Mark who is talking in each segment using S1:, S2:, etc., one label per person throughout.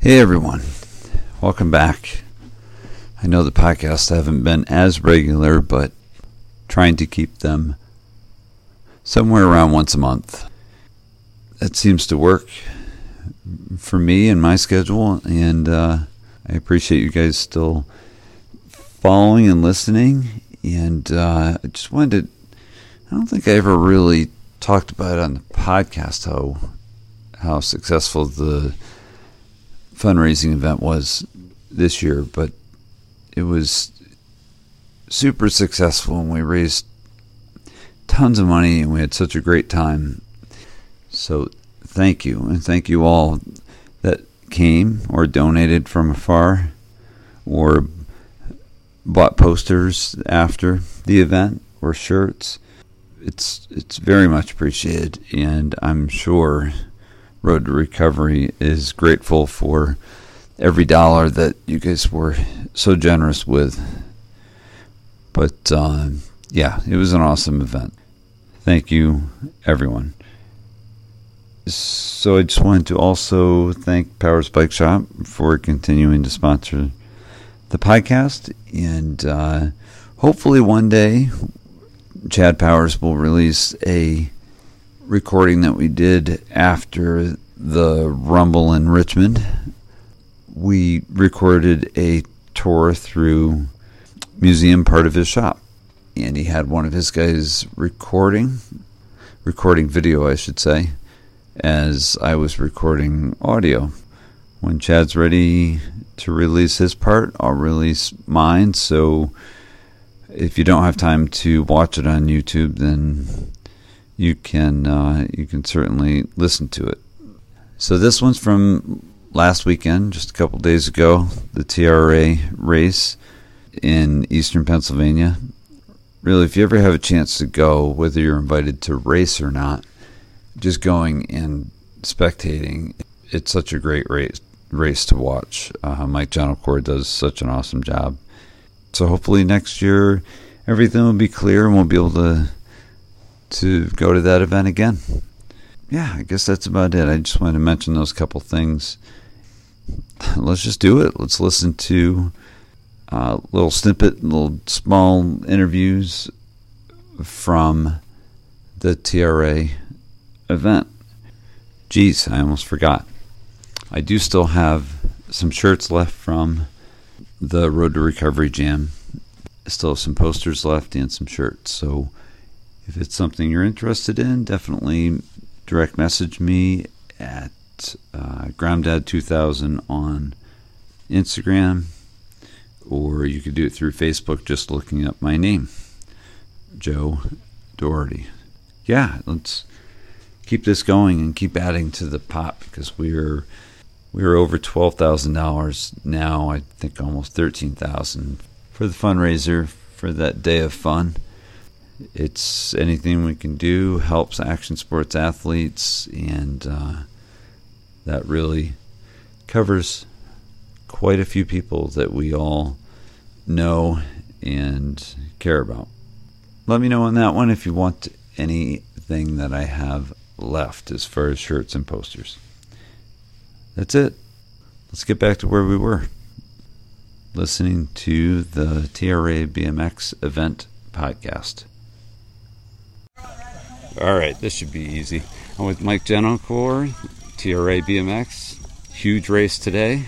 S1: Hey everyone, welcome back. I know the podcasts haven't been as regular, but trying to keep them somewhere around once a month. That seems to work for me and my schedule, and uh, I appreciate you guys still following and listening. And uh, I just wanted to, I don't think I ever really talked about it on the podcast how how successful the fundraising event was this year, but it was super successful and we raised tons of money and we had such a great time. So thank you and thank you all that came or donated from afar or bought posters after the event or shirts. It's it's very much appreciated and I'm sure Road to Recovery is grateful for every dollar that you guys were so generous with. But um, yeah, it was an awesome event. Thank you, everyone. So I just wanted to also thank Powers Bike Shop for continuing to sponsor the podcast, and uh, hopefully one day Chad Powers will release a recording that we did after the Rumble in Richmond. We recorded a tour through museum part of his shop, and he had one of his guys recording, recording video, I should say, as I was recording audio. When Chad's ready to release his part, I'll release mine. So if you don't have time to watch it on YouTube, then you can uh, you can certainly listen to it. So this one's from last weekend, just a couple days ago, the TRA race in Eastern Pennsylvania. Really, if you ever have a chance to go, whether you're invited to race or not, just going and spectating, it's such a great race race to watch. Uh, Mike Jonalcore does such an awesome job. So hopefully next year everything will be clear and we'll be able to to go to that event again. Yeah, I guess that's about it. I just wanted to mention those couple things. Let's just do it. Let's listen to uh, little snippet, little small interviews from the TRA event. Geez, I almost forgot. I do still have some shirts left from the Road to Recovery Jam. I still have some posters left and some shirts. So if it's something you're interested in, definitely direct message me at uh, GromDad2000 on Instagram, or you could do it through Facebook just looking up my name, Joe Doherty. Yeah, let's keep this going and keep adding to the pot because we're we're over twelve thousand dollars now. I think almost thirteen thousand for the fundraiser for that day of fun it's anything we can do helps action sports athletes, and uh, that really covers quite a few people that we all know and care about. Let me know on that one if you want anything that I have left as far as shirts and posters. That's it. Let's get back to where we were listening to the TRA BMX event podcast. All right, this should be easy. I'm with Mike Genocore, TRA BMX. Huge race today.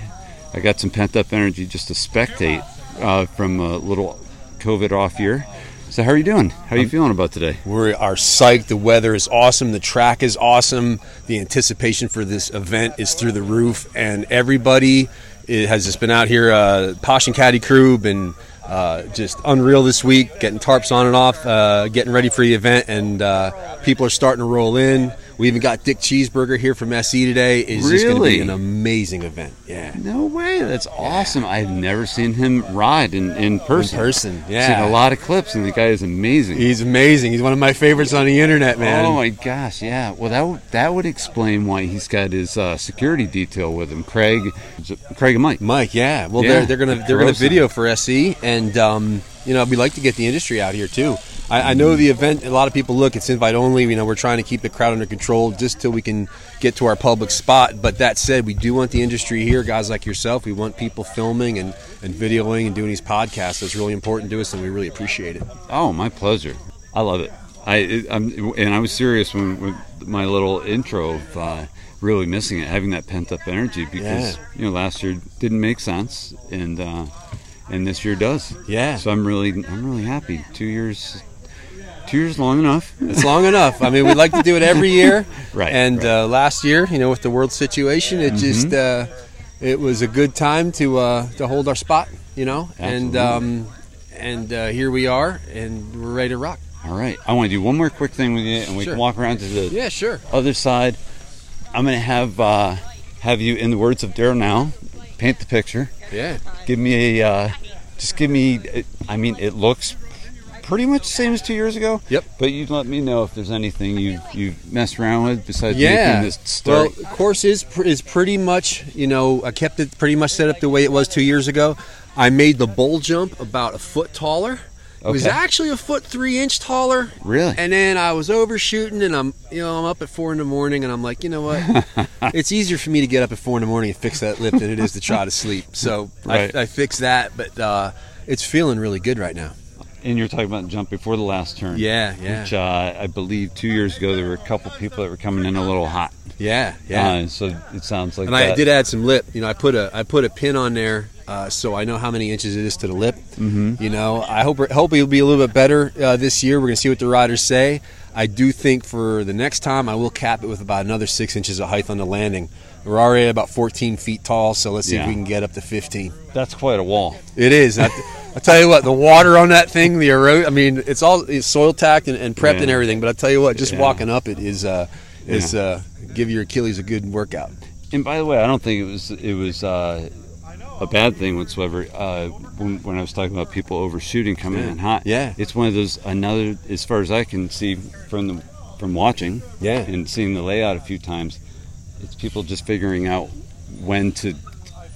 S1: I got some pent up energy just to spectate uh, from a little COVID off year. So, how are you doing? How are you feeling about today?
S2: We are psyched. The weather is awesome. The track is awesome. The anticipation for this event is through the roof, and everybody i- has just been out here. Uh, Posh and Caddy crew been uh, just unreal this week, getting tarps on and off, uh, getting ready for the event, and uh, people are starting to roll in. We even got Dick Cheeseburger here from SE today. Is just going to
S1: Really?
S2: be an amazing event? Yeah.
S1: No way. That's awesome. I've never seen him ride in, in person.
S2: person,
S1: I've
S2: yeah.
S1: Seen a lot of clips, and the guy is amazing.
S2: He's amazing. He's one of my favorites on the internet, man.
S1: Oh my gosh, yeah. Well, that would- that would explain why he's got his uh, security detail with him, Craig, Craig and Mike.
S2: Mike, yeah. Well,
S1: Yeah,
S2: they're they're gonna they're gonna
S1: Carosa.
S2: video for SE, and um, you know we like to get the industry out here too. I, I know the event. A lot of people look. It's invite only. You know, we're trying to keep the crowd under control just till we can get to our public spot. But that said, we do want the industry here, guys like yourself. We want people filming and and videoing and doing these podcasts. That's really important to us, and we really appreciate it.
S3: Oh, my pleasure. I love it. I it- I'm, and I was serious when with my little intro of uh, really missing it, having that pent up energy because
S2: Yeah.
S3: you know last year didn't make sense, and uh, and this year does.
S2: Yeah.
S3: So I'm really I'm really happy. Two years, two years long enough.
S2: It's long enough. I mean, we like to do it every year.
S3: Right,
S2: And
S3: right. Mm-hmm.
S2: Uh, last year, you know, with the world situation, it just uh, it was a good time to uh, to hold our spot. You know, and
S3: Absolutely.
S2: um, and uh, here we are, and we're ready to rock.
S3: All right. I want to do one more quick thing with you, and we
S2: uh, Sure.
S3: can walk around to the
S2: Yeah, sure.
S3: other side. I'm gonna have uh, have you in the words of Daryl now. Paint the picture.
S2: Yeah.
S3: Give me a, uh, just give me. I mean, it looks pretty much the same as two years ago.
S2: Yep.
S3: But you let me know if there's anything you you messed around with besides
S2: yeah.
S3: making this start.
S2: Well, the course is pr- is pretty much you know I kept it pretty much set up the way it was two years ago. I made the bowl jump about a foot taller. It was
S3: Okay.
S2: actually a foot three inch taller.
S3: Really?
S2: And then I was overshooting, and I'm you know I'm up at four in the morning, and I'm like, you know what? it's easier for me to get up at four in the morning and fix that lip than it is to try to sleep. So
S3: Right.
S2: I, I fixed that, but uh, it's feeling really good right now.
S3: and you're talking about jump before the last turn.
S2: Yeah, yeah,
S3: Which uh, I believe two years ago there were a couple people that were coming in a little hot.
S2: yeah, yeah.
S3: Uh, so it sounds like
S2: and
S3: that.
S2: I did add some lip. You know, I put a I put a pin on there, uh, so I know how many inches it is to the lip. Mm-hmm. You know, I hope hope it'll be a little bit better uh, this year. We're gonna see what the riders say. I do think for the next time I will cap it with about another six inches of height on the landing. We're already about 14 feet tall, so let's see if
S3: Yeah.
S2: we can get up to 15.
S3: That's quite a wall.
S2: It is. I, I tell you what, the water on that thing, the erode. I mean, it's all it's soil tacked and, and prepped and
S3: Yeah.
S2: everything. But I tell you what, just
S3: Yeah.
S2: walking up it is uh, is uh, give your Achilles a good workout.
S3: And by the way, I don't think it was it was uh, a bad thing whatsoever. Uh, when, when I was talking about people overshooting coming in hot,
S2: Yeah.
S3: it's one of those another. As far as I can see from the from watching,
S2: Yeah.
S3: and seeing the layout a few times, it's people just figuring out when to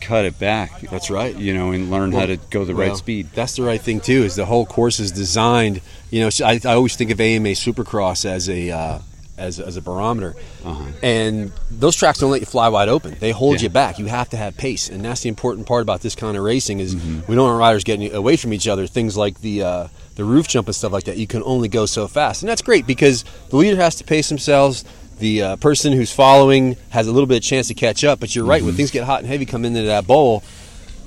S3: cut it back.
S2: That's right.
S3: You know, and learn how
S2: Well,
S3: to go the
S2: Well,
S3: right speed.
S2: That's the right thing too. Is the whole course is designed? You know, I, I always think of AMA Supercross as a uh, as, as a barometer, uh-huh. and those tracks don't let you fly wide open. They hold
S3: Yeah.
S2: you back. You have to have pace, and that's the important part about this kind of racing is
S3: Mm-hmm.
S2: we don't want riders getting away from each other. Things like the uh, the roof jump and stuff like that. You can only go so fast, and that's great because the leader has to pace themselves. The uh, person who's following has a little bit of chance to catch up, but you're right.
S3: Mm-hmm.
S2: When things get hot and heavy, come into that bowl,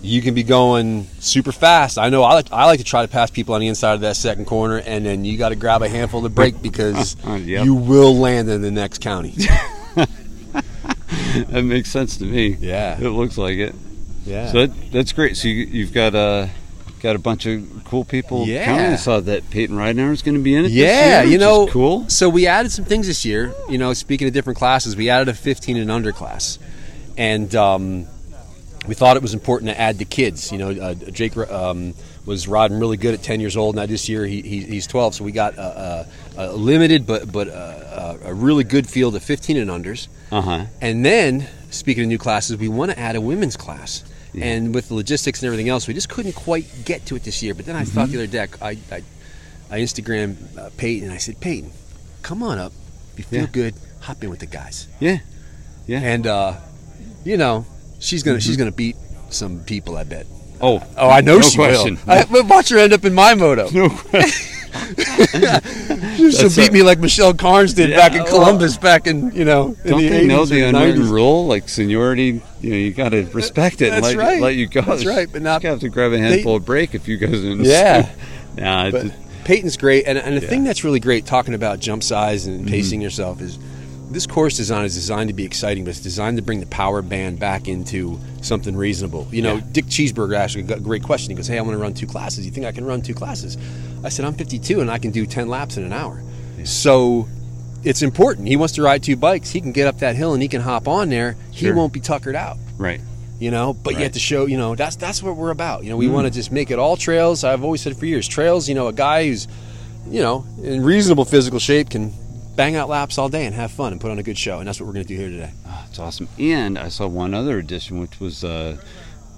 S2: you can be going super fast. I know I like, I like to try to pass people on the inside of that second corner, and then you got to grab a handful to break because
S3: Yep.
S2: you will land in the next county.
S3: That makes sense to me.
S2: Yeah.
S3: it looks like it.
S2: Yeah.
S3: So that, that's great. So you, you've got a got a bunch of cool people.
S2: Yeah.
S3: coming. I saw that Peyton Ridenauer is going to be in it. this
S2: yeah,
S3: year, which
S2: you
S3: is
S2: know,
S3: cool.
S2: So we added some things this year. You know, speaking of different classes, we added a 15 and under class, and um, we thought it was important to add the kids. You know, uh, Jake um, was riding really good at 10 years old. Now this year he, he, he's 12, so we got a, a, a limited but but a, a a really good field of 15 and unders.
S3: Uh huh.
S2: And then, speaking of new classes, we want to add a women's class. And with the logistics and everything else, we just couldn't quite get to it this year. But then I thought
S3: Mm-hmm.
S2: the other day, I, I, I Instagram uh, Peyton and I said, Peyton, come on up. You feel
S3: Yeah.
S2: good. Hop in with the guys.
S3: Yeah. Yeah. Mm-hmm.
S2: And, uh, you know, she's going to she's gonna beat some people, I bet.
S3: oh,
S2: Oh, I know
S3: No
S2: she
S3: question.
S2: will. I, but watch her end up in my moto.
S3: no question.
S2: She'll
S3: That's
S2: beat
S3: a-
S2: me like Michelle Carnes did
S3: Yeah,
S2: back in
S3: well,
S2: Columbus back in, you know, in
S3: Don't
S2: the
S3: they
S2: 80s
S3: know
S2: or
S3: the
S2: 90s.
S3: unwritten rule? Like seniority, you know, you got to respect it. and
S2: That's
S3: let,
S2: right.
S3: Let you go.
S2: That's right, but not-
S3: You have to grab a handful of break if you guys. In
S2: Yeah.
S3: nah, it's
S2: But
S3: just-
S2: Peyton's great, and, and the
S3: Yeah. Mm-hmm.
S2: thing that's really great talking about jump size and pacing yourself is this course design is designed to be exciting, but it's designed to bring the power band back into something reasonable. You know, Dick Cheeseburger asked a g- great question. He goes, "Hey, I want to run two classes. You think I can run two classes?" I said, "I'm 52 and I can do 10 laps in an hour." So. It's important. He wants to ride two bikes. He can get up that hill and he can hop on there. He
S3: Sure.
S2: won't be tuckered out
S3: right.
S2: you know but you
S3: Right.
S2: have to show you know that's that's what we're about you know we want to just make it all trails i've always said for years trails you know a guy who's you know in reasonable physical shape can bang out laps all day and have fun and put on
S3: Ah,
S2: a good show and that's what we're going to do here today
S3: It's awesome. And I saw one other addition, which was uh,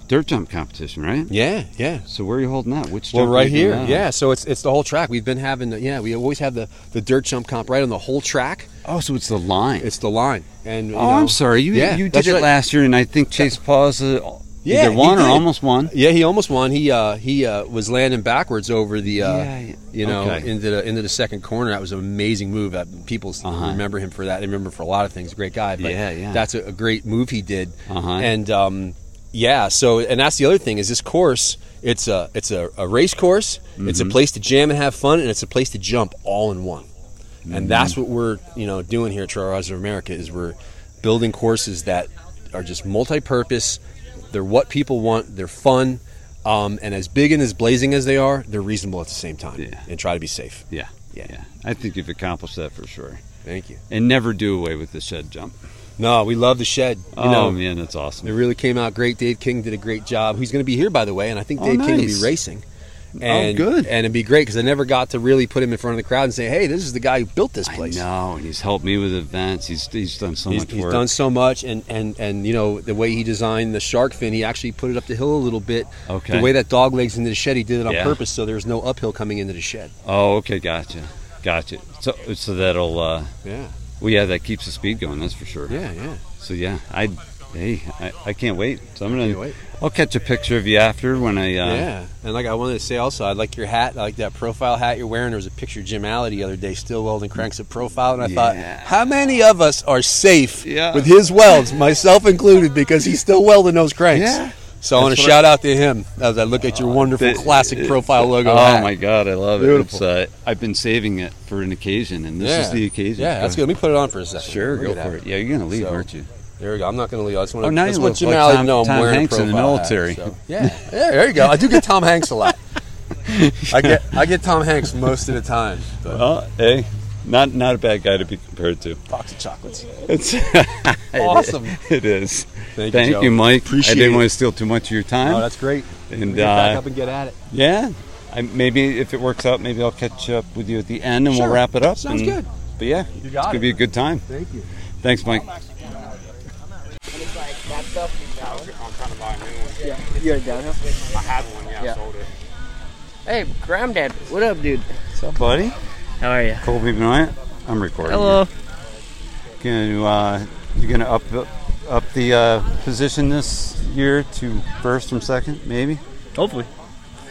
S3: dirt jump competition, right?
S2: Yeah, yeah.
S3: So where are you holding that? Which
S2: Well,
S3: jump are
S2: right
S3: you doing
S2: here,
S3: that on?
S2: yeah. So it's it's the whole track. We've been having, the, yeah. We always have the the dirt jump comp right on the whole track.
S3: Oh, so it's the line.
S2: It's the line. And you
S3: oh,
S2: know-
S3: I'm sorry. You
S2: Yeah,
S3: you did
S2: that's
S3: it
S2: right.
S3: last year, and I think Chase Paws uh,
S2: Yeah,
S3: either
S2: he
S3: won or
S2: did.
S3: almost won.
S2: Yeah, he almost won. He uh, he uh, was landing backwards over the uh,
S3: Yeah, yeah.
S2: you know
S3: Okay.
S2: into the into the second corner. That was an amazing move. Uh, people s-
S3: Uh-huh.
S2: remember him for that. They remember him for a lot of things. Great guy. But
S3: Yeah, yeah.
S2: That's a, a great move he did.
S3: Uh-huh.
S2: And um, yeah, so and that's the other thing is this course. It's a it's a, a race course. It's
S3: Mm-hmm.
S2: a place to jam and have fun, and it's a place to jump all in one.
S3: Mm-hmm.
S2: And that's what we're you know doing here at Trail Riders of America is we're building courses that are just multi-purpose. They're what people want. They're fun, um, and as big and as blazing as they are, they're reasonable at the same time.
S3: Yeah.
S2: And try to be safe.
S3: Yeah,
S2: Yeah.
S3: yeah. I think you've accomplished that for sure.
S2: Thank you.
S3: And never do away with the shed jump.
S2: No, we love the shed. You
S3: oh
S2: know,
S3: man, that's awesome.
S2: It really came out great. Dave King did a great job. He's going to be here, by the way, and I think
S3: Oh,
S2: Dave King will be
S3: nice. Oh,
S2: racing. And,
S3: good.
S2: And it'd be great because I never got to really put him in front of the crowd and say, "Hey, this is the guy who built this
S3: I
S2: place."
S3: know, and he's helped me with events. He's he's done so
S2: He's,
S3: much
S2: he's
S3: work.
S2: done so much, and, and, and you know the way he designed the shark fin, he actually put it up the hill a little bit.
S3: Okay.
S2: The way that dog legs into the shed, he did it on
S3: Yeah.
S2: purpose, so there's no uphill coming into the shed.
S3: oh, okay, gotcha, gotcha. So so that'll uh,
S2: Yeah,
S3: well, yeah, that keeps the speed going. That's for sure.
S2: yeah, yeah.
S3: So yeah, I hey, I, I can't wait. So I'm gonna
S2: Can't wait.
S3: I'll catch a picture of you after when I uh,
S2: yeah, and like I wanted to say also, I like your hat, I like that profile hat you're wearing. There was a picture of Jim Alley the other day, still welding cranks at profile, and I thought,
S3: Yeah.
S2: how many of us are safe
S3: Yeah.
S2: with his welds, myself included, because he's still welding those cranks.
S3: Yeah.
S2: So I want to
S3: That's what Oh,
S2: shout out to him as I look at your wonderful
S3: that-
S2: classic profile logo.
S3: Oh
S2: hat.
S3: my god, I love
S2: Beautiful.
S3: it. It's, uh, I've been saving it for an occasion, and this is the occasion.
S2: Yeah, that's good. Let me put it on for a second.
S3: Sure,
S2: Look
S3: go
S2: at that.
S3: for it. Yeah, you're gonna leave,
S2: So-
S3: aren't you?
S2: There we go. I'm not going to leave. I just want to.
S3: Oh, now
S2: that's
S3: you
S2: what
S3: look
S2: Jim
S3: like
S2: Alley
S3: Tom-
S2: know I'm
S3: Tom
S2: wearing a
S3: Hanks in the
S2: profile hat,
S3: military.
S2: so- Yeah, yeah. There you go. I do get Tom Hanks a lot. I get I get Tom Hanks most of the time. But
S3: Oh, hey, not not a bad guy to be compared to.
S2: box of chocolates.
S3: It's
S2: Awesome.
S3: it is.
S2: Thank you,
S3: Thank, you,
S2: Joe.
S3: Mike. I
S2: Appreciate
S3: didn't
S2: it.
S3: want to steal too much of your time.
S2: Oh, that's great.
S3: And,
S2: We get back
S3: uh,
S2: up and get at it.
S3: yeah, I, maybe if it works out, maybe I'll catch up with you at the end, and
S2: Sure.
S3: we'll wrap it up.
S2: Sounds
S3: and-
S2: good.
S3: But yeah,
S2: You
S3: it's
S2: got
S3: gonna
S2: it.
S3: Mm. be a good time.
S2: Thank you.
S3: Thanks, Mike.
S4: And it's like wrapped up in now.
S5: I'm trying to buy a new one.
S4: Yeah. You're down.
S5: I had one, yeah,
S4: Yeah.
S5: I sold it.
S4: Hey, Grandad, what up, dude?
S3: What's up, buddy?
S4: How are you?
S3: Colby Benoit. I'm recording.
S4: Hello.
S3: Going to uh, you're going to up up the uh, position this year to first from second, maybe.
S4: Hopefully.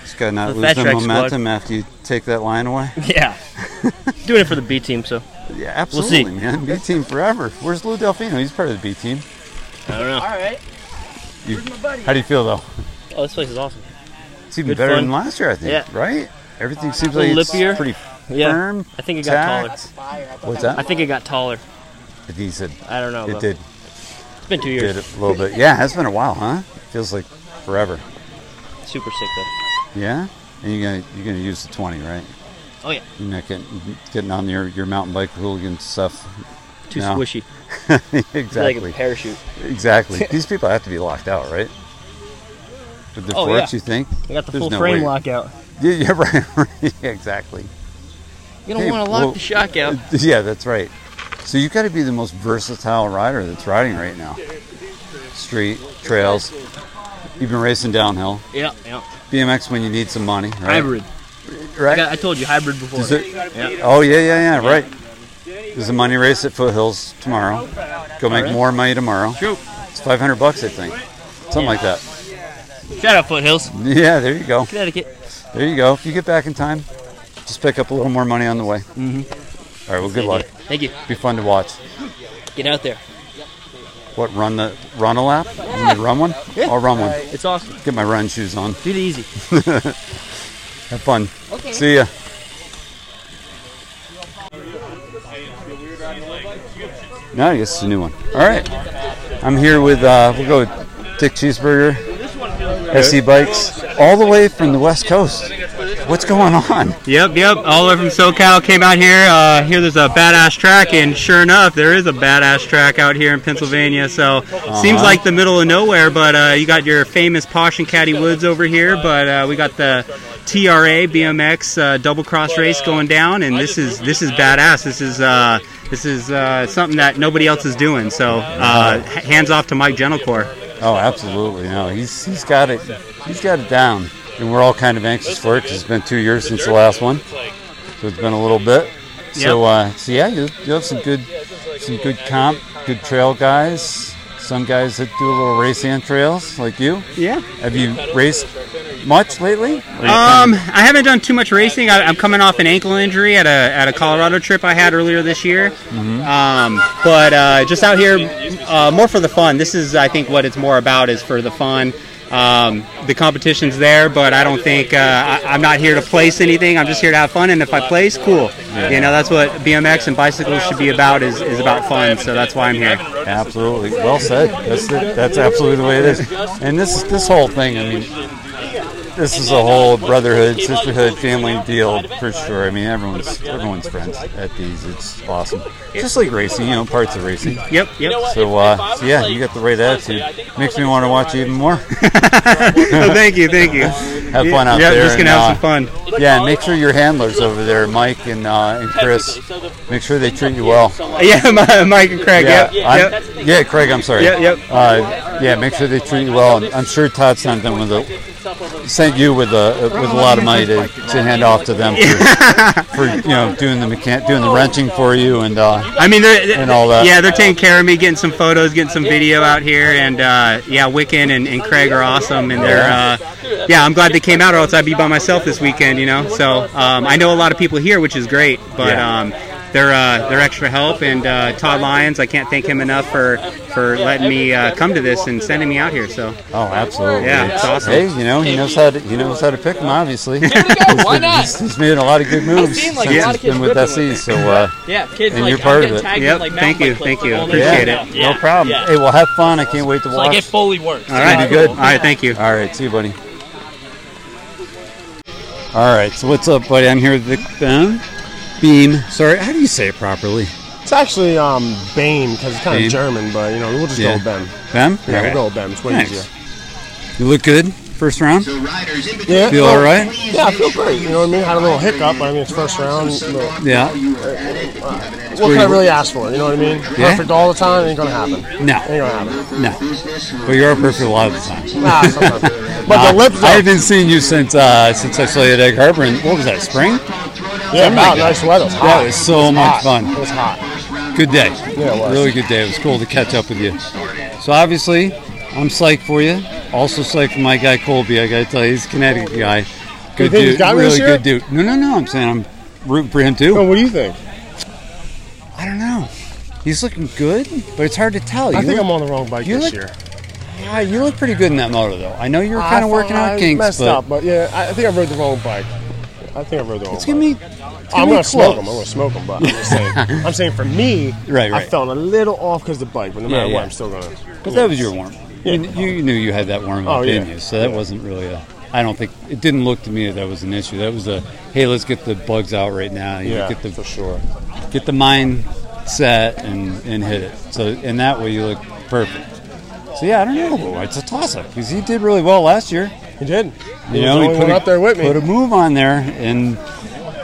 S3: Just got to not
S4: The
S3: lose
S4: Fat
S3: the
S4: Track squad.
S3: momentum after you take that line away.
S4: Yeah. Doing it for the B team, so
S3: Yeah,
S4: We'll see.
S3: absolutely, man. B team forever. Where's Lou Delfino? He's part of the B team.
S4: I don't know. All right.
S3: You- How do you feel though?
S4: Oh, this place is awesome.
S3: It's even
S4: Good
S3: better
S4: fun.
S3: than last year, I think.
S4: Yeah.
S3: Right? Everything seems
S4: A
S3: like
S4: little
S3: it's
S4: lippier.
S3: pretty
S4: Yeah.
S3: firm.
S4: I think it got
S3: tacked.
S4: taller.
S3: What's that?
S4: I think it got taller.
S3: it decent.
S4: I don't know.
S3: It
S4: but
S3: did
S4: It's been two
S3: did
S4: years.
S3: a little bit. Yeah, it's been a while, huh? Feels like forever.
S4: Super sick though.
S3: Yeah. And you're gonna you're gonna use the twenty, right?
S4: Oh yeah.
S3: You're not getting getting on your, your mountain bike hooligan stuff.
S4: Too
S3: No.
S4: squishy. It's
S3: exactly.
S4: Like a parachute.
S3: exactly. These people have to be locked out, right? With the
S4: Oh,
S3: forks,
S4: yeah.
S3: you think?
S4: I got the
S3: There's
S4: full
S3: no
S4: frame
S3: way.
S4: lockout.
S3: Yeah, yeah, right. right. Yeah, exactly.
S4: You don't
S3: Hey,
S4: want to lock
S3: well-
S4: the shock out.
S3: Yeah, that's right. So you've got to be the most versatile rider that's riding right now. Street, trails. You've been racing downhill.
S4: Yeah, yeah.
S3: BMX when you need some money, right?
S4: Hybrid. I,
S3: Right?
S4: got, I told you hybrid before.
S3: Is it- Oh, yeah, yeah, yeah, right. There's a money race at Foothills tomorrow. Go make
S4: Alright.
S3: more money tomorrow.
S4: True.
S3: It's 500 bucks, I think. Something like that.
S4: Shout out Foothills,
S3: Yeah, there you go.
S4: Connecticut.
S3: There you go. If you get back in time, just pick up a little more money on the way. Mm-hmm. All right, well, good luck.
S4: Thank you.
S3: Be fun to watch.
S4: Get out there.
S3: What, run the run a lap? You want me to run one? I'll run one.
S4: It's awesome.
S3: Get my run shoes on.
S4: Do the easy.
S3: Have fun. See ya. No, I guess it's a new one. All right. I'm here with, uh, we'll go with Dick Cheeseburger, SE Bikes, all the way from the West Coast. What's going on?
S6: Yep, yep. All the way from SoCal came out here. Uh, here there's a badass track, and sure enough, there is a badass track out here in Pennsylvania. So seems like the middle of nowhere, but uh, you got your famous Posh and Caddy Woods over here, but uh, we got the TRA BMX uh, double cross race going down, and this is this is badass. This is. Uh, this is uh, something that nobody else is doing, so uh, h- hands off to Mike Gentlecore.
S3: Oh, absolutely. No, he's he's got it. He's got it down, and we're all kind of anxious for it 'cause it's been two years since the last one, so it's been a little bit. So, uh, so yeah, you you have some good some good comp, good trail guys. Some guys that do a little race and trails like you.
S6: Yeah.
S3: Have you raced much lately? Or you kind
S6: Um, I haven't done too much racing. I, I'm coming off an ankle injury at a at a Colorado trip I had earlier this year.
S3: Mm-hmm.
S6: Um, but uh, just out here, uh, more for the fun. This is, I think, what it's more about is for the fun. Um, the competition's there, but I don't think uh, I, I'm not here to place anything. I'm just here to have fun, and if I place, cool. You know, that's what BMX and bicycles should be about is, is about fun. So that's why I'm here.
S3: Absolutely. Well said. That's the, that's absolutely the way it is. And this this whole thing, I mean, this is a whole brotherhood, sisterhood, family deal for sure. I mean, everyone's everyone's friends at these. It's awesome. Just like racing, you know, parts of racing.
S6: Yep, yep.
S3: So, uh, so yeah, you got the right attitude. Makes me want to watch even more.
S6: Oh, thank you, thank you.
S3: Have fun out
S6: yeah,
S3: there.
S6: just gonna
S3: and,
S6: have
S3: uh,
S6: some fun.
S3: Yeah, and make sure your handlers over there, Mike and uh, and Chris, make sure they treat you well.
S6: Yeah, Mi- Mike and Craig.
S3: Yeah,
S6: yep,
S3: I'm-
S6: yep.
S3: yeah, Craig. I'm sorry.
S6: Yep, yep.
S3: Uh, yeah, make sure they treat you well. And I'm sure Todd sent them with a sent you with a with a lot of money to, to hand off to them for, for you know doing the mechan- doing the wrenching for you and uh,
S6: I mean, they're,
S3: And all that.
S6: Yeah, they're taking care of me, getting some photos, getting some video out here, and uh, yeah, Wicken and, and Craig are awesome, and they're uh, yeah, I'm glad they came out, or else I'd be by myself this weekend, you know. So um, I know a lot of people here, which is great, but.
S3: Yeah.
S6: Um, their, uh, their extra help and uh, Todd Lyons, I can't thank him enough for for letting me uh, come to this and sending me out here. So
S3: oh absolutely
S6: Yeah, it's awesome.
S3: hey you know he knows how to he knows how to pick them obviously
S7: go. Why not?
S3: he's, he's made a lot of good moves
S7: seen, like, a
S3: since he's
S7: lot of kids
S3: been with
S7: ripping with
S3: SE so uh,
S7: Yeah, kids
S3: And
S7: like
S3: you're part
S7: I'm
S3: of
S7: getting
S3: it.
S7: tagged
S6: Yep,
S7: in, like
S6: thank
S7: mountain
S6: you,
S7: bike
S6: thank
S7: clips
S6: you.
S7: for holding
S3: yeah
S6: Appreciate
S7: it.
S6: it.
S7: Yeah.
S3: no problem
S7: Yeah.
S3: hey well have fun I can't wait to watch
S7: Like it fully works.
S6: all right,
S3: be good.
S6: all right, thank you.
S3: All right, see you, buddy. All right, so what's up, buddy? I'm here with Vic Beam. Beam. Sorry, how do you say it properly?
S8: It's actually um, Bane because it's kind
S3: Bane?
S8: of German, but you know we'll just
S3: Yeah.
S8: go with Ben.
S3: Bem?
S8: Yeah,
S3: Okay.
S8: we'll go with Ben. It's way
S3: Nice.
S8: easier.
S3: You look good. First round.
S8: Yeah,
S3: Feel all right?
S8: Yeah, I feel great. You know what I mean? Had a little hiccup. I mean, it's first round. But
S3: Yeah.
S8: what can I really ask for? You know what I mean?
S3: Yeah.
S8: Perfect all the time ain't gonna happen.
S3: No,
S8: Ain't gonna happen.
S3: no. But you are perfect a lot of the time.
S8: Nah, sometimes. but the
S3: Uh,
S8: lips.
S3: I
S8: Up.
S3: haven't seen you since uh, since I saw you at Egg Harbor. In, what was that? Spring?
S8: Yeah, wow, nice weather. It's
S3: That
S8: hot.
S3: was so much
S8: hot.
S3: fun.
S8: It was hot.
S3: Good day.
S8: Yeah, it was.
S3: Really good day. It was cool to catch up with you. So obviously, I'm psyched for you. Also psyched for my guy Colby. I gotta tell you, he's a Connecticut guy. Good
S8: You think he's
S3: dude.
S8: got me
S3: really
S8: this year?
S3: good dude. No, no, no. I'm saying I'm rooting for him too.
S8: Well, what do you think?
S3: I don't know. He's looking good, but it's hard to tell. You
S8: I think
S3: look,
S8: I'm on the wrong bike
S3: you
S8: this
S3: look-
S8: year.
S3: ah, you look pretty good in that motor though. I know you're
S8: I
S3: kind of
S8: thought
S3: working
S8: I
S3: out kinks,
S8: messed
S3: but
S8: up, but yeah, I I think I rode the wrong bike. I think I rode the wrong
S3: it's
S8: bike.
S3: gonna be. It's
S8: I'm
S3: gonna
S8: gonna
S3: be
S8: smoke
S3: close.
S8: them. I'm gonna smoke them, but I'm just saying. I'm saying for me,
S3: Right,
S8: I
S3: right.
S8: felt a little off because the bike, but no matter
S3: Yeah, yeah.
S8: what, I'm still gonna.
S3: But that was your warm. You, you knew you had that warm up,
S8: Oh, yeah.
S3: didn't you? So that wasn't really a. I don't think it didn't look to me that that was an issue. That was a hey, let's get the bugs out right now. You know,
S8: Yeah,
S3: get the
S8: for sure.
S3: get the mind set and and hit it. So in that way, you look perfect. So yeah, I don't know. It's a toss up because he did really well last year.
S8: He did.
S3: You
S8: He
S3: know,
S8: was
S3: he
S8: the only one
S3: a,
S8: up there with me.
S3: put a move on there and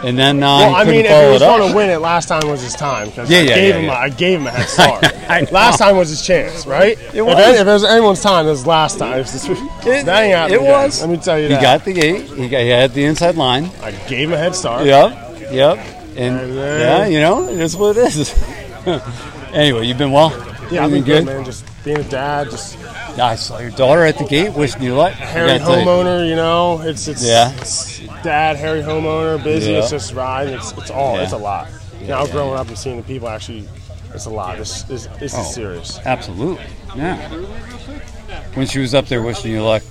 S3: and then uh,
S8: well, I
S3: he couldn't
S8: mean, if
S3: follow
S8: he was
S3: it up.
S8: gonna win it, last time was his time because
S3: Yeah,
S8: I
S3: yeah,
S8: gave
S3: yeah,
S8: him,
S3: yeah.
S8: A, I gave him a head start.
S3: I know.
S8: last time was his chance, right? It
S3: was.
S8: If, any- if it was anyone's time, it was last time. It was this,
S3: It-
S8: that ain't happening
S3: it
S8: again.
S3: was.
S8: Let me tell you
S3: He
S8: that.
S3: got the gate. He, got, he had the inside line.
S8: I gave him a head start.
S3: Yep, yep. And
S8: And then-
S3: yeah, you know, it is what it is. anyway, you've been well.
S8: Yeah, I've
S3: You've
S8: been good,
S3: good.
S8: man. Just being a dad, just
S3: Yeah, I saw your daughter at the gate wishing you luck. I
S8: Harry
S3: gotta tell you.
S8: homeowner, you know, it's it's,
S3: Yeah.
S8: it's dad, Harry homeowner, business,
S3: Yeah.
S8: just riding. It's it's all.
S3: Yeah.
S8: It's a lot. now growing up and seeing the people actually, it's a lot. This this, this
S3: Oh.
S8: is serious.
S3: Absolutely. Yeah. When she was up there wishing you luck,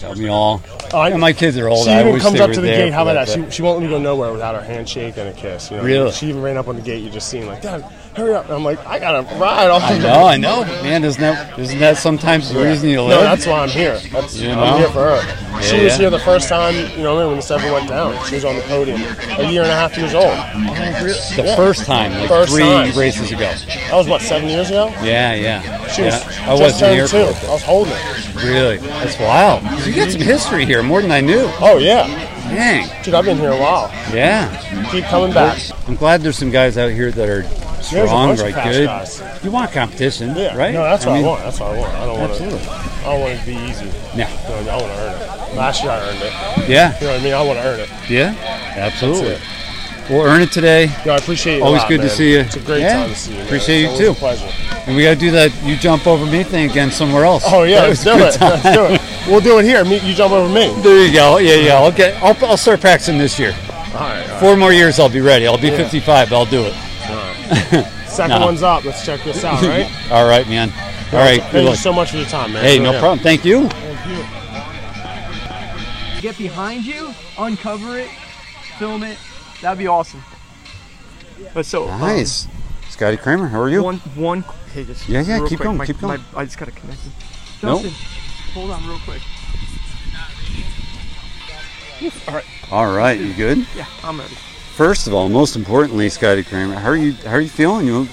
S3: tell me all.
S8: Oh, I,
S3: And my kids are old.
S8: she
S3: I
S8: even
S3: wish
S8: comes
S3: they
S8: up
S3: were
S8: to the
S3: there
S8: gate. How
S3: for
S8: about that?
S3: that,
S8: She, she won't let me go nowhere without her handshake and a kiss. You know?
S3: Really?
S8: She even ran up on the gate. You just seen like, Dad, hurry up! And I'm like, I gotta ride. All
S3: I know, I know. but Man, isn't that isn't that sometimes the reason you
S8: No,
S3: live?
S8: that's why I'm here. That's,
S3: You know?
S8: I'm here for her. she
S3: Yeah,
S8: was
S3: yeah.
S8: here the first time, you know, when this ever went down. She was on the podium, a year and a half years old.
S3: the
S8: yeah.
S3: first time, like
S8: First
S3: three
S8: time.
S3: races ago.
S8: That was what seven years ago.
S3: Yeah, yeah.
S8: She was
S3: yeah. I
S8: just
S3: wasn't
S8: turned
S3: here
S8: two.
S3: for it.
S8: I was holding it.
S3: Really? That's wild. So you got some history here, more than I knew.
S8: Oh yeah,
S3: Dang.
S8: dude, I've been here a while.
S3: Yeah.
S8: Keep coming back.
S3: I'm glad there's some guys out here that are
S8: There's a
S3: strong,
S8: bunch of
S3: right?
S8: fast
S3: Good.
S8: guys.
S3: You want competition,
S8: Yeah,
S3: right?
S8: No, that's
S3: I
S8: what
S3: mean,
S8: I want. That's what I want. I don't want
S3: Absolutely.
S8: to. I don't want it to be easy.
S3: No.
S8: No, I want to earn it. Last year I earned it.
S3: Yeah,
S8: You know what I mean? I want to earn it.
S3: yeah, absolutely. We'll earn it today,
S8: Yo, I appreciate you. a
S3: Always
S8: lot,
S3: good to
S8: man.
S3: see you.
S8: It's a great
S3: Yeah.
S8: time to see you. Man.
S3: Appreciate
S8: It's
S3: you,
S8: always
S3: too.
S8: A pleasure.
S3: and we got to do that. You jump over me thing again somewhere else.
S8: Oh yeah,
S3: That was
S8: let's do
S3: a good
S8: it. Let's
S3: time.
S8: do it. We'll do it here. Me, you jump over me.
S3: There you go. Yeah, yeah. I'll get. I'll, I'll start practicing this year.
S8: All right. All right.
S3: Four more years, I'll be ready. I'll be 55. But I'll do it.
S8: Second
S3: Nah.
S8: one's up. Let's check this out, right?
S3: All right, man. All right. Good
S8: Thank you
S3: luck.
S8: so much for your time, man.
S3: Hey, no
S8: Really am.
S3: problem. Thank you.
S7: Get behind you, uncover it, film it. That'd be awesome. But so um,
S3: Nice, Scotty Kramer. How are you?
S7: one one. Hey, just
S3: Yeah, yeah,
S7: real
S3: keep
S7: quick,
S3: going,
S7: my-
S3: keep going.
S7: my- I just gotta connect him.
S3: Nope.
S7: Justin, hold on real quick.
S1: All right, you good?
S7: Yeah, I'm ready.
S3: First of all, most importantly, Scotty Kramer, how are you? How are you feeling? You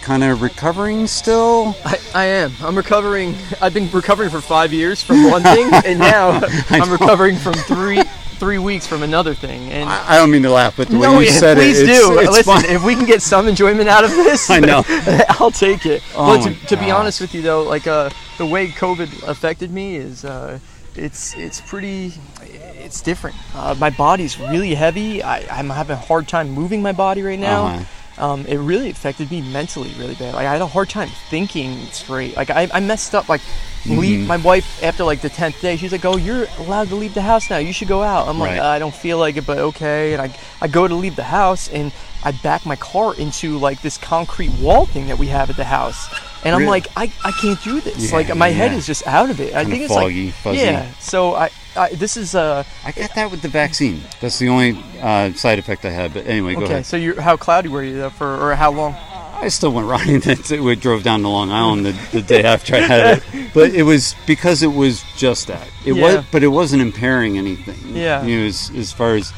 S3: kind of recovering still?
S7: I, I am. I'm recovering. I've been recovering for five years from one thing, and now I'm
S3: know.
S7: recovering from three three weeks from another thing. And
S3: I, I don't mean to laugh, but the
S7: no,
S3: way you
S7: yeah,
S3: said
S7: please
S3: it,
S7: do.
S3: it's, it's
S7: Listen,
S3: fine.
S7: if we can get some enjoyment out of this,
S3: I know.
S7: I'll take it.
S3: Oh
S7: but
S3: my
S7: to, to be
S3: God.
S7: honest with you, though, like uh, the way COVID affected me is, uh, it's it's pretty, it's different. Uh, my body's really heavy. I, I'm having a hard time moving my body right now.
S3: Uh-huh.
S7: Um, it really affected me mentally really bad. Like I had a hard time thinking straight. Like I, I messed up. Like
S3: Mm-hmm.
S7: leave my wife after like the tenth day. She's like, "Oh, you're allowed to leave the house now. You should go out." I'm like, "Uh,
S3: Right.
S7: "I don't feel like it, but okay." And I I go to leave the house and I back my car into like this concrete wall thing that we have at the house. And I'm
S3: Really?
S7: like, I, I can't do this.
S3: Yeah,
S7: like my head
S3: yeah.
S7: is just out of it. I
S3: Kinda
S7: think it's
S3: foggy,
S7: like
S3: fuzzy.
S7: yeah. So I, I this is uh
S3: I got that with the vaccine. That's the only uh, side effect I had. But anyway, go
S7: okay.
S3: ahead.
S7: So you how cloudy were you though for or how long?
S3: I still went riding. That's it. We drove down to Long Island the, the day after I had it. But it was because it was just that. It
S7: Yeah.
S3: was, but it wasn't impairing anything.
S7: Yeah.
S3: You know, as, as far as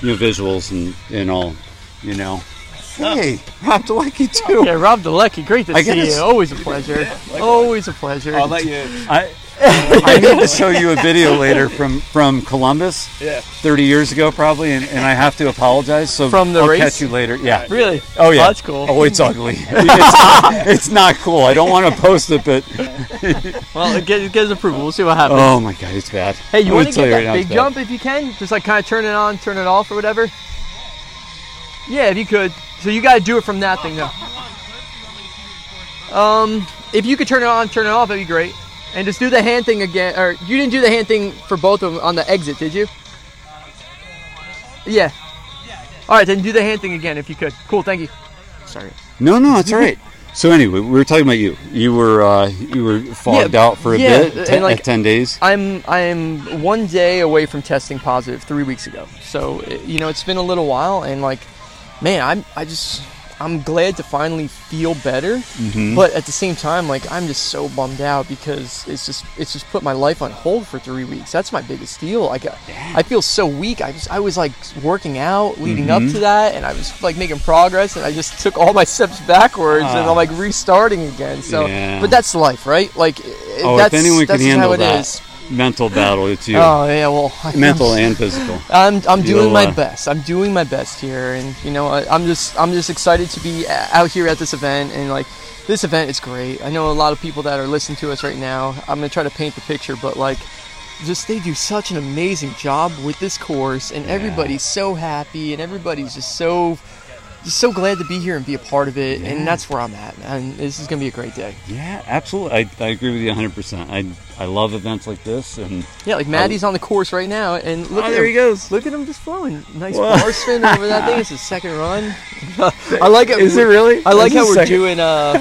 S3: you know, visuals and and all. You know. Hey, Rob Delecky too.
S7: Yeah, Rob Delecki, great to
S3: I
S7: see
S3: guess-
S7: you. Always a pleasure. Always a pleasure.
S3: I, I need to show you a video later from from Columbus. Yeah. Thirty years ago, probably, and, and I have to apologize. So
S7: From the
S3: I'll
S7: race?
S3: catch you later. Yeah.
S7: Really?
S3: Oh yeah.
S7: that's cool.
S3: Oh, it's ugly. it's, not, it's not cool. I don't want to post it, but
S7: Well, it gets, it gets approval. We'll see what happens.
S3: oh my god, it's bad.
S7: hey, you
S3: I would
S7: want to
S3: tell
S7: get that
S3: right now it's
S7: big
S3: bad.
S7: jump if you can? Just like kind of turn it on, turn it off, or whatever. Yeah, if you could. So you got to do it from that thing though. Um, if you could turn it on, turn it off, that'd be great. And just do the hand thing again. Or you didn't do the hand thing for both of them on the exit, did you? Yeah. All right, then do the hand thing again if you could. Cool, thank you. Sorry.
S3: No, no, it's all right. So anyway, we were talking about you. You were uh, you were fogged
S7: Yeah,
S3: out for a
S7: yeah,
S3: bit,
S7: and
S3: ten,
S7: like-
S3: at ten days.
S7: I'm I'm one day away from testing positive three weeks ago. So it- you know it's been a little while, and like, man, I'm I just I'm glad to finally feel better.
S3: Mm-hmm.
S7: But at the same time, like I'm just so bummed out because it's just it's just put my life on hold for three weeks. That's my biggest deal. Like I, I feel so weak. I just I was like working out leading up
S3: Mm-hmm.
S7: to that, and I was like making progress, and I just took all my steps backwards, and I'm like restarting again. So,
S3: Ah. Yeah.
S7: but that's life, right? Like, i-
S3: oh,
S7: that's
S3: if anyone
S7: that's
S3: can
S7: just
S3: handle
S7: how it is.
S3: that mental battle, it's you.
S7: Oh yeah, well,
S3: mental and physical.
S7: I'm I'm
S3: You'll,
S7: doing my
S3: uh,
S7: best. I'm doing my best here, and you know I, I'm just I'm just excited to be a- out here at this event and like this event is great. I know a lot of people that are listening to us right now. I'm gonna try to paint the picture, but like just they do such an amazing job with this course, and everybody's so happy, and everybody's just so just so glad to be here and be a part of it, and that's where I'm at. And this is gonna be a great day.
S3: Yeah, absolutely. I, I agree with you 100%. I, I love events like this. And
S7: Yeah, like Maddie's on the course right now, and look
S3: Oh,
S7: at
S3: there
S7: him.
S3: he goes.
S7: Look at him just flowing. Nice
S3: Whoa.
S7: bar spin over that thing. It's his second run. I like it.
S3: Is it really?
S7: I like
S3: This
S7: how
S3: is
S7: we're
S3: second-
S7: doing. Uh,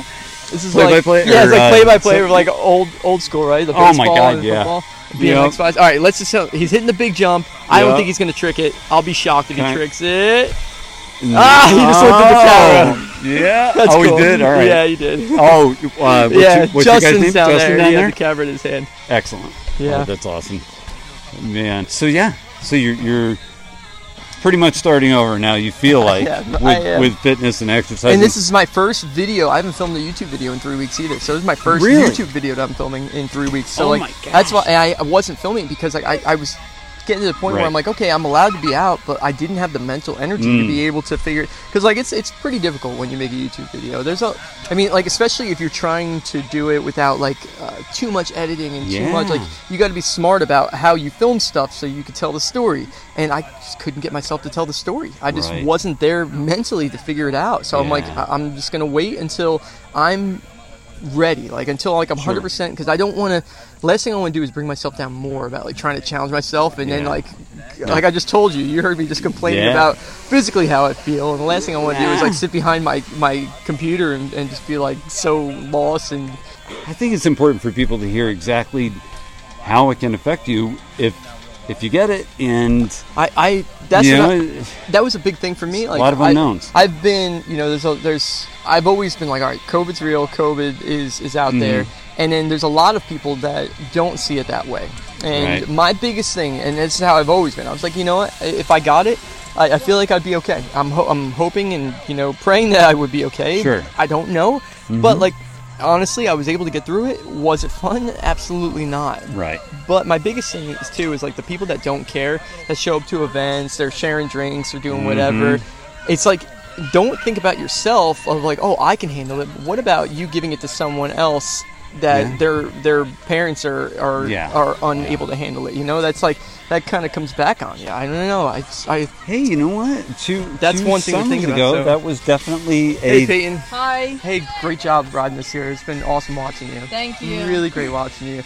S7: this is like
S3: Play-by-play
S7: yeah, it's
S3: or,
S7: like
S3: uh,
S7: play by play of
S3: some-
S7: like old old school, right? The
S3: Oh my
S7: baseball
S3: God,
S7: and
S3: yeah.
S7: football.
S3: Yeah.
S7: BMX wise. All right, let's just. uh, He's hitting the big jump. I don't
S3: Yeah.
S7: think he's gonna trick it. I'll be shocked if he
S3: Can I-
S7: tricks it. Ah, he just looked at the
S3: Oh,
S7: camera.
S3: Yeah.
S7: That's
S3: oh,
S7: cool.
S3: he did? All right.
S7: Yeah, he did.
S3: Oh, uh, what's,
S7: yeah,
S3: your, what's your
S7: Justin's
S3: guy's name?
S7: down
S3: Justin
S7: there.
S3: down
S7: he
S3: there?
S7: had the camera in his hand.
S3: Excellent.
S7: Yeah.
S3: Oh, that's awesome. Man. So, yeah. So you're, you're pretty much starting over now, you feel like,
S7: am,
S3: with,
S7: I am.
S3: with fitness and exercise.
S7: And this is my first video. I haven't filmed a YouTube video in three weeks either. So this is my first
S3: Really?
S7: YouTube video that I'm filming in three weeks. So
S3: Oh
S7: like
S3: my
S7: that's why and I I wasn't filming because like I, I was getting to the point
S2: Right.
S7: where I'm like, okay, I'm allowed to be out, but I didn't have the mental energy to
S3: Mm.
S7: be able to figure it. Because like it's it's pretty difficult when you make a YouTube video. There's a, I mean, like especially if you're trying to do it without like uh, too much editing and too much
S3: Yeah.
S7: like you got to be smart about how you film stuff so you could tell the story. And I just couldn't get myself to tell the story. I just
S3: Right.
S7: wasn't there mentally to figure it out. So I'm like,
S3: Yeah.
S7: I- I'm just gonna wait until I'm ready like until like i'm 100% because i don't want to last thing i want to do is bring myself down more about like trying to challenge myself and then
S3: Yeah.
S7: like like i just told you you heard me just complaining
S3: Yeah.
S7: about physically how i feel and the last thing i want to do is like sit behind my my computer and, and just be like so lost and
S3: I think it's important for people to hear exactly how it can affect you if if you get it and
S7: i i that's
S3: you
S7: what
S3: know
S7: I- that was a big thing for me. Like
S3: lot of
S7: I-
S3: unknowns.
S7: I've been, you know, there's a, there's I've always been like, all right, COVID's real, COVID is is out
S3: Mm-hmm.
S7: there, and then there's a lot of people that don't see it that way. And
S3: Right.
S7: my biggest thing, and this is how I've always been. I was like, you know what, if I got it. I I feel like I'd be okay. I'm ho- I'm hoping and you know praying that I would be okay.
S3: Sure. Mm-hmm.
S7: I don't know, but like honestly, I was able to get through it. Was it fun? Absolutely not.
S3: right
S7: But my biggest thing is too is like the people that don't care that show up to events, they're sharing drinks, they're doing
S3: Mm-hmm.
S7: whatever. It's like don't think about yourself of like, oh, I can handle it. What about you giving it to someone else that
S3: Yeah.
S7: their their parents are are
S3: Yeah.
S7: are unable to handle it? You know, that's like that kind of comes back on you. I don't know. I I
S3: hey you know what two
S7: That's
S3: two
S7: one thing to
S3: summers
S7: think about,
S3: ago
S7: so-
S3: that was definitely
S7: hey,
S3: a
S7: Peyton.
S9: Hi.
S7: Hey, great job riding this year. It's been awesome watching you.
S9: Thank you.
S7: Really great watching you.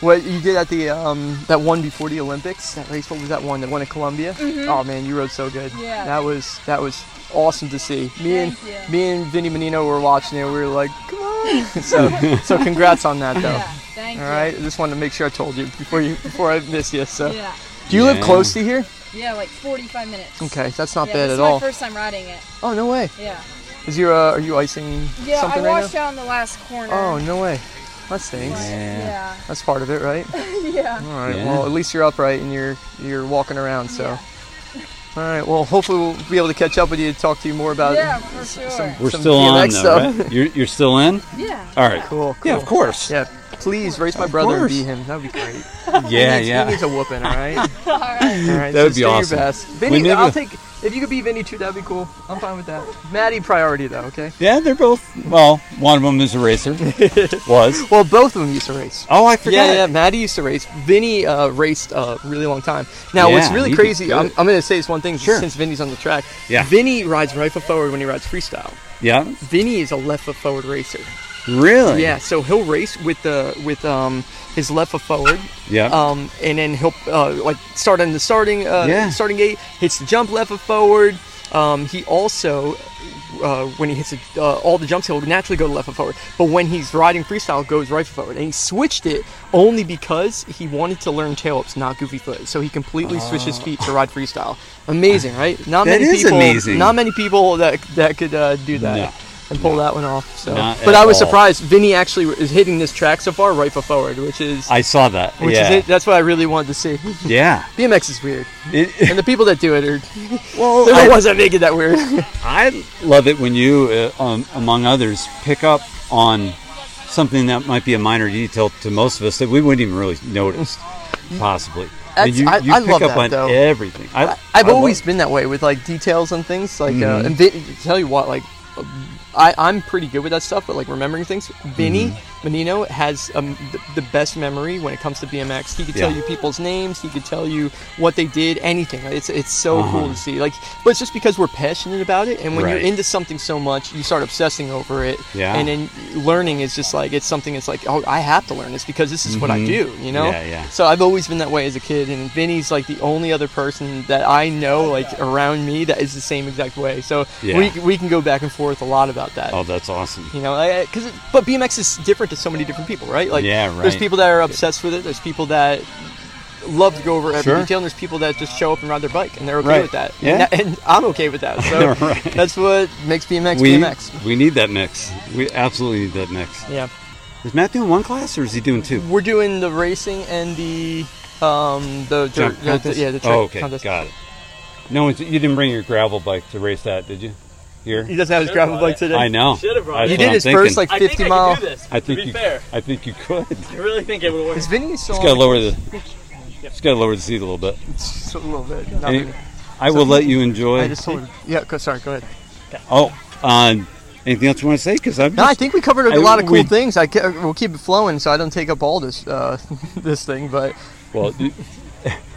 S7: What you did at the um, that one before the Olympics, that race. What was that one? That one in Columbia. Oh man, you rode so good.
S9: Mm-hmm. Yeah.
S7: That was that was awesome to see. Me and
S9: Thank you.
S7: me and Vinny Menino were watching it. We were like, come on. so so congrats on that though.
S9: Yeah, thank
S7: All right. I just wanted to make sure I told you before you before I miss you. So
S9: you. Yeah.
S7: do you live
S3: Yeah.
S7: close to here?
S9: Yeah, like 45 minutes.
S7: Okay, that's not
S9: yeah,
S7: bad
S9: this
S7: at
S9: is
S7: all.
S9: my first time riding it.
S7: oh no way.
S9: Yeah.
S7: Is your uh, are you icing
S9: Yeah,
S7: something
S9: I
S7: right
S9: washed
S7: now?
S9: out in the last corner.
S7: Oh no way. That stinks.
S9: But, Yeah.
S7: That's part of it, right?
S9: Yeah.
S7: All right.
S3: Yeah.
S7: Well, at least you're upright and you're you're walking around. So, all right. Well, hopefully we'll be able to catch up with you and talk to you more about
S9: Yeah, for sure.
S3: we're
S7: some
S3: still on
S7: DMX
S3: though
S7: stuff.
S3: right? you're, you're still in
S9: yeah.
S3: all right
S7: Cool,
S3: yeah
S7: cool.
S3: of course
S7: Yeah. Please raise my brother
S3: course.
S7: and be him. That'd be great.
S3: yeah
S7: He
S3: yeah
S7: needs a whooping. All right. all
S9: All right.
S7: right.
S3: That would be
S7: just do
S3: awesome.
S7: Your best. Vinny,
S3: need
S7: I'll
S3: to-
S7: take. If you could be Vinny too, that'd be cool. I'm fine with that. Maddie priority though. Okay.
S3: yeah they're both well one of them is a racer was
S7: Well, both of them used to race.
S3: oh I
S7: Yeah,
S3: forgot
S7: yeah. Maddie used to race. Vinny uh, raced a really long time. Now, what's
S3: Yeah,
S7: really
S3: he did
S7: crazy, I'm,
S3: good.
S7: I'm going to say this one thing
S3: Sure.
S7: since Vinny's on the track.
S3: Yeah.
S7: Vinny rides right foot forward when he rides freestyle.
S3: yeah
S7: Vinny is a left foot forward racer.
S3: really
S7: Yeah, so he'll race with the with um his left foot forward,
S3: yeah
S7: um, and then he'll uh, like start on the starting uh,
S3: Yeah.
S7: starting gate, hits the jump left foot forward. Um, he also uh, when he hits a, uh, all the jumps, he'll naturally go to left foot forward. But when he's riding freestyle, goes right foot forward. And he switched it only because he wanted to learn tail ups, not goofy foot. So he completely switched his feet to ride freestyle. Amazing, right? Not
S3: Oh. That
S7: many
S3: is
S7: people.
S3: amazing.
S7: Not many people that that could uh, do that
S3: No.
S7: and pull that one off. So,
S3: Not
S7: but
S3: at
S7: I was
S3: all.
S7: surprised. Ah, Vinny actually is hitting this track so far right foot forward, which is
S3: I saw that
S7: which
S3: yeah
S7: is it. That's what I really wanted to see.
S3: yeah
S7: BMX is weird,
S3: It-
S7: and the people that do it are
S3: well
S7: they're
S3: I-
S7: the ones that make it that weird.
S3: I love it when you, uh, um, among others, pick up on something that might be a minor detail to most of us that we wouldn't even really notice, possibly. and
S7: That's-
S3: you,
S7: I-
S3: you
S7: I
S3: pick
S7: love
S3: up
S7: that,
S3: on
S7: though.
S3: everything. I,
S7: I've
S3: I
S7: always
S3: love- Mm-hmm.
S7: been that way with like details and things. Like, uh, and Vin, tell you what, like, I, I'm pretty good with that stuff, but like remembering things. Vinny
S3: Mm-hmm.
S7: Menino has um, th- the best memory when it comes to BMX. He could tell
S3: Yeah.
S7: you people's names. He could tell you what they did, anything. It's it's so cool to see. Like, but it's just because we're passionate about it, and when
S3: Uh-huh. Right.
S7: you're into something so much, you start obsessing over it.
S3: Yeah.
S7: And then learning is just like it's something. It's like, oh, I have to learn this because this is what I do. You know.
S3: Mm-hmm. Yeah, yeah.
S7: So I've always been that way as a kid, and Vinny's like the only other person that I know, like around me, that is the same exact way. So
S3: Yeah.
S7: we, we can go back and forth a lot about that.
S3: Oh, that's awesome.
S7: You know, because but BMX is different to so many different people, right? Like,
S3: Yeah,
S7: there's
S3: right.
S7: people that are obsessed with it. There's people that love to go over every
S3: Sure.
S7: detail, and there's people that just show up and ride their bike, and they're okay
S3: Right.
S7: with that.
S3: Yeah.
S7: and, and I'm okay with that. So
S3: Right.
S7: that's what makes BMX
S3: We,
S7: BMX.
S3: we need that mix. We absolutely need that mix.
S7: Yeah,
S3: Is Matt doing one class or is he doing two?
S7: we're doing the racing and the um the dirt
S3: Jump
S7: the- the-
S3: contest?
S7: yeah the track
S3: oh, okay.
S7: contest.
S3: Got it. No, one's, you didn't bring your gravel bike to race that, did you?
S7: He
S3: Here?
S7: doesn't have his gravel bike today.
S3: I know.
S10: Should have brought
S3: That's
S7: He
S3: what
S7: did
S3: I'm
S7: his
S3: thinking.
S7: first like
S10: I think
S7: 50
S10: I
S7: mile.
S10: can do this.
S3: I think
S10: to be
S3: you,
S10: fair,
S3: I think you could.
S10: I really think it would work.
S7: Is Vinny still
S3: Just gotta
S7: on?
S3: lower the. Just gotta lower the seat a little bit.
S7: Just a little bit. Not
S3: Any-
S7: really.
S3: I will let you enjoy.
S7: I just told her. Yeah, go, sorry, go ahead.
S3: Oh, uh, anything else you want to say? Because I'm
S7: No, I
S3: just,
S7: think we covered a
S3: I-
S7: lot of cool
S3: we-
S7: things. I ca- we'll keep it flowing so I don't take up all this uh, this thing, but
S3: well, you,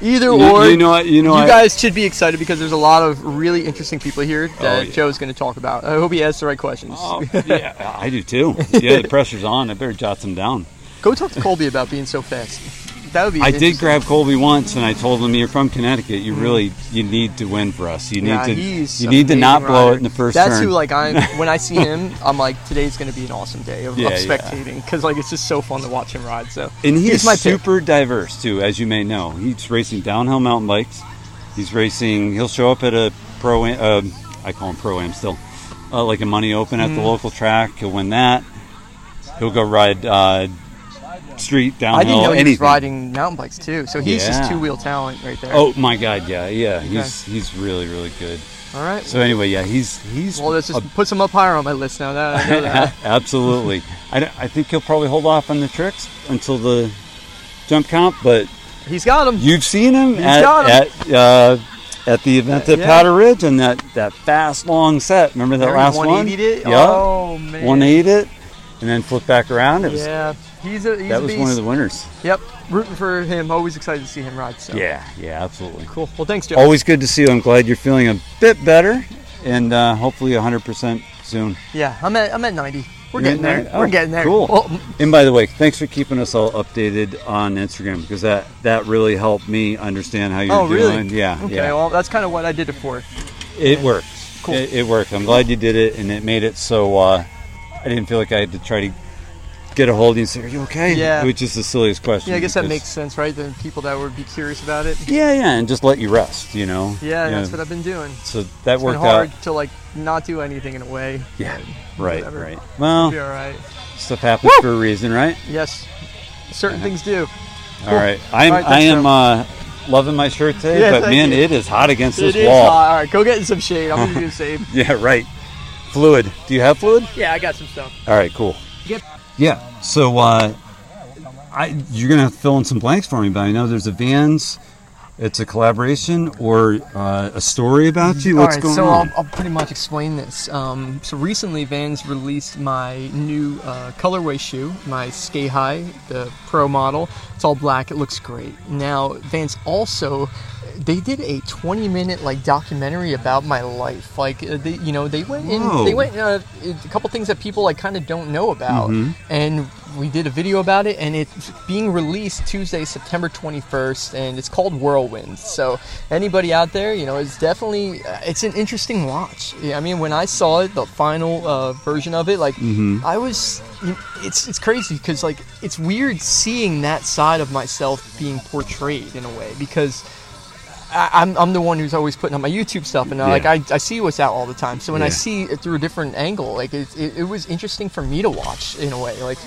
S7: either
S3: you,
S7: or,
S3: you know, what- you know,
S7: you
S3: what?
S7: guys should be excited because there's a lot of really interesting people here that
S3: Oh, yeah.
S7: Joe's going to talk about. I hope he asks the right questions.
S3: Oh, yeah, I do too. Yeah, the pressure's on. I better jot some down.
S7: Go talk to Colby about being so fast. That would be.
S3: I did
S7: interesting.
S3: grab Colby once, and I told him, "You're from Connecticut. You really you need to win for us. You need
S7: Yeah,
S3: to
S7: he's
S3: you need to
S7: amazing
S3: not blow
S7: rider.
S3: it in the first
S7: That's
S3: turn."
S7: who like I'm. When I see him, I'm like, today's going to be an awesome day of,
S3: Yeah,
S7: of
S3: yeah.
S7: spectating because like it's just so fun to watch him ride. So
S3: and he
S7: he's
S3: is
S7: my pick.
S3: super diverse too, as you may know. He's racing downhill mountain bikes. He's racing. He'll show up at a pro. Uh, I call him pro am still, uh, like a money open
S7: Mm.
S3: at the local track. He'll win that. He'll go ride uh, street downhill.
S7: I didn't know he was
S3: anything.
S7: riding mountain bikes too. So he's
S3: Yeah.
S7: just two wheel talent right there.
S3: Oh my God! Yeah, yeah. He's he's really really good.
S7: all right.
S3: So anyway, yeah, he's he's
S7: well, this
S3: a
S7: just puts him up higher on my list now. That I know that.
S3: Absolutely. I, don't- I think he'll probably hold off on the tricks until the jump comp, but
S7: he's got him.
S3: you've seen him
S7: got
S3: at at,
S7: 'em.
S3: uh, at the event at
S7: Yeah.
S3: Powder Ridge and that, that fast long set. Remember that
S7: Remember he
S3: last one?
S7: 180'd it?
S3: Yeah.
S7: Oh man.
S3: 180 it and then flip back around. It was
S7: Yeah. He's a he's
S3: that
S7: a
S3: was
S7: beast.
S3: one of the winners.
S7: Yep. Rooting for him. Always excited to see him ride. So.
S3: Yeah, Oh. yeah, absolutely.
S7: Cool. Well, thanks, Joe.
S3: Always good to see you. I'm glad you're feeling a bit better and uh, hopefully 100% soon.
S7: Yeah, I'm at I'm at 90.
S3: You're
S7: We're getting
S3: getting
S7: there.
S3: there?
S7: We're
S3: Oh,
S7: getting there.
S3: cool.
S7: Well,
S3: And by the way, thanks for keeping us all updated on Instagram because that that really helped me understand how you're
S7: oh, really?
S3: doing. Yeah,
S7: Okay.
S3: yeah.
S7: Well, that's kind of what I did it for.
S3: it works.
S7: Cool.
S3: It, it worked. I'm glad you did it, and it made it so uh, I didn't feel like I had to try to get a hold of you and say, "Are you okay?"
S7: Yeah.
S3: Which is the silliest question.
S7: Yeah, I guess that
S3: because-
S7: makes sense, right? The people that would be curious about it.
S3: Yeah, yeah, and just let you rest. You know.
S7: Yeah, that's what I've been doing.
S3: So that
S7: It's been
S3: worked
S7: hard
S3: out.
S7: to like not do anything in a way.
S3: Yeah. Right.
S7: Whatever.
S3: Right. Well,
S7: Be all right.
S3: stuff happens for a reason, right?
S7: Yes,
S3: Uh-huh.
S7: certain things do.
S3: All right. I'm,
S7: All right,
S3: I
S7: thanks,
S3: am uh, loving my shirt today,
S7: Yeah,
S3: but
S7: thank
S3: man,
S7: you.
S3: it is hot against
S7: It
S3: this
S7: is
S3: wall.
S7: hot. All right, go get in some shade. I'm gonna do the same.
S3: Yeah, right. Fluid. Do you have fluid?
S7: Yeah, I got some stuff.
S3: All right, cool.
S7: Yep.
S3: Yeah. So uh, I you're gonna have to fill in some blanks for me, but I know there's a Vans. It's a collaboration or uh, a story about you. What's
S7: All right,
S3: going
S7: so
S3: on?
S7: I'll, I'll pretty much explain this. Um, so recently, Vans released my new uh, colorway shoe, my Sky High, the Pro model. It's all black. It looks great. Now, Vans also they did a 20 minute like documentary about my life. Like, uh, they, you know, they went in.
S3: Whoa.
S7: They went uh, a couple things that people like kind of don't know about,
S3: Mm-hmm.
S7: and we did a video about it, and it's being released Tuesday, September 21st, and it's called Whirlwind. So anybody out there, you know, it's definitely uh, it's an interesting watch. Yeah, I mean, when I saw it, the final uh, version of it, like I was, it's it's crazy because like it's weird seeing that side of myself being portrayed in a way because. I, I'm, I'm the one who's always putting on my YouTube stuff, and uh, like I, I see what's out all the time. So when I
S3: Yeah.
S7: see it through a different angle, like it, it, it was interesting for me to watch in a way. Like,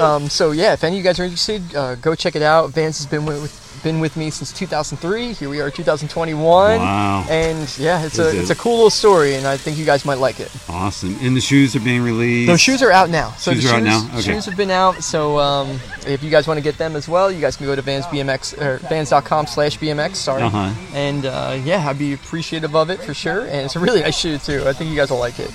S7: um, so yeah, if any of you guys are interested, uh, go check it out. Vance has been with, been with me since 2003. Here we are, 2021.
S3: Wow.
S7: And yeah,
S3: Is
S7: it's a
S3: it-
S7: it's a cool little story, and I think you guys might like it.
S3: awesome. And the shoes are being released.
S7: Those shoes are out now. So
S3: Shoes
S7: the
S3: are out
S7: shoes,
S3: now? Okay.
S7: shoes have been out. So um, if you guys want to get them as well, you guys can go to Vans BMX or Vans.com slash BMX. Sorry.
S3: Uh-huh.
S7: And uh, yeah, I'd be appreciative of it for sure. And it's a really nice shoe too. I think you guys will like it.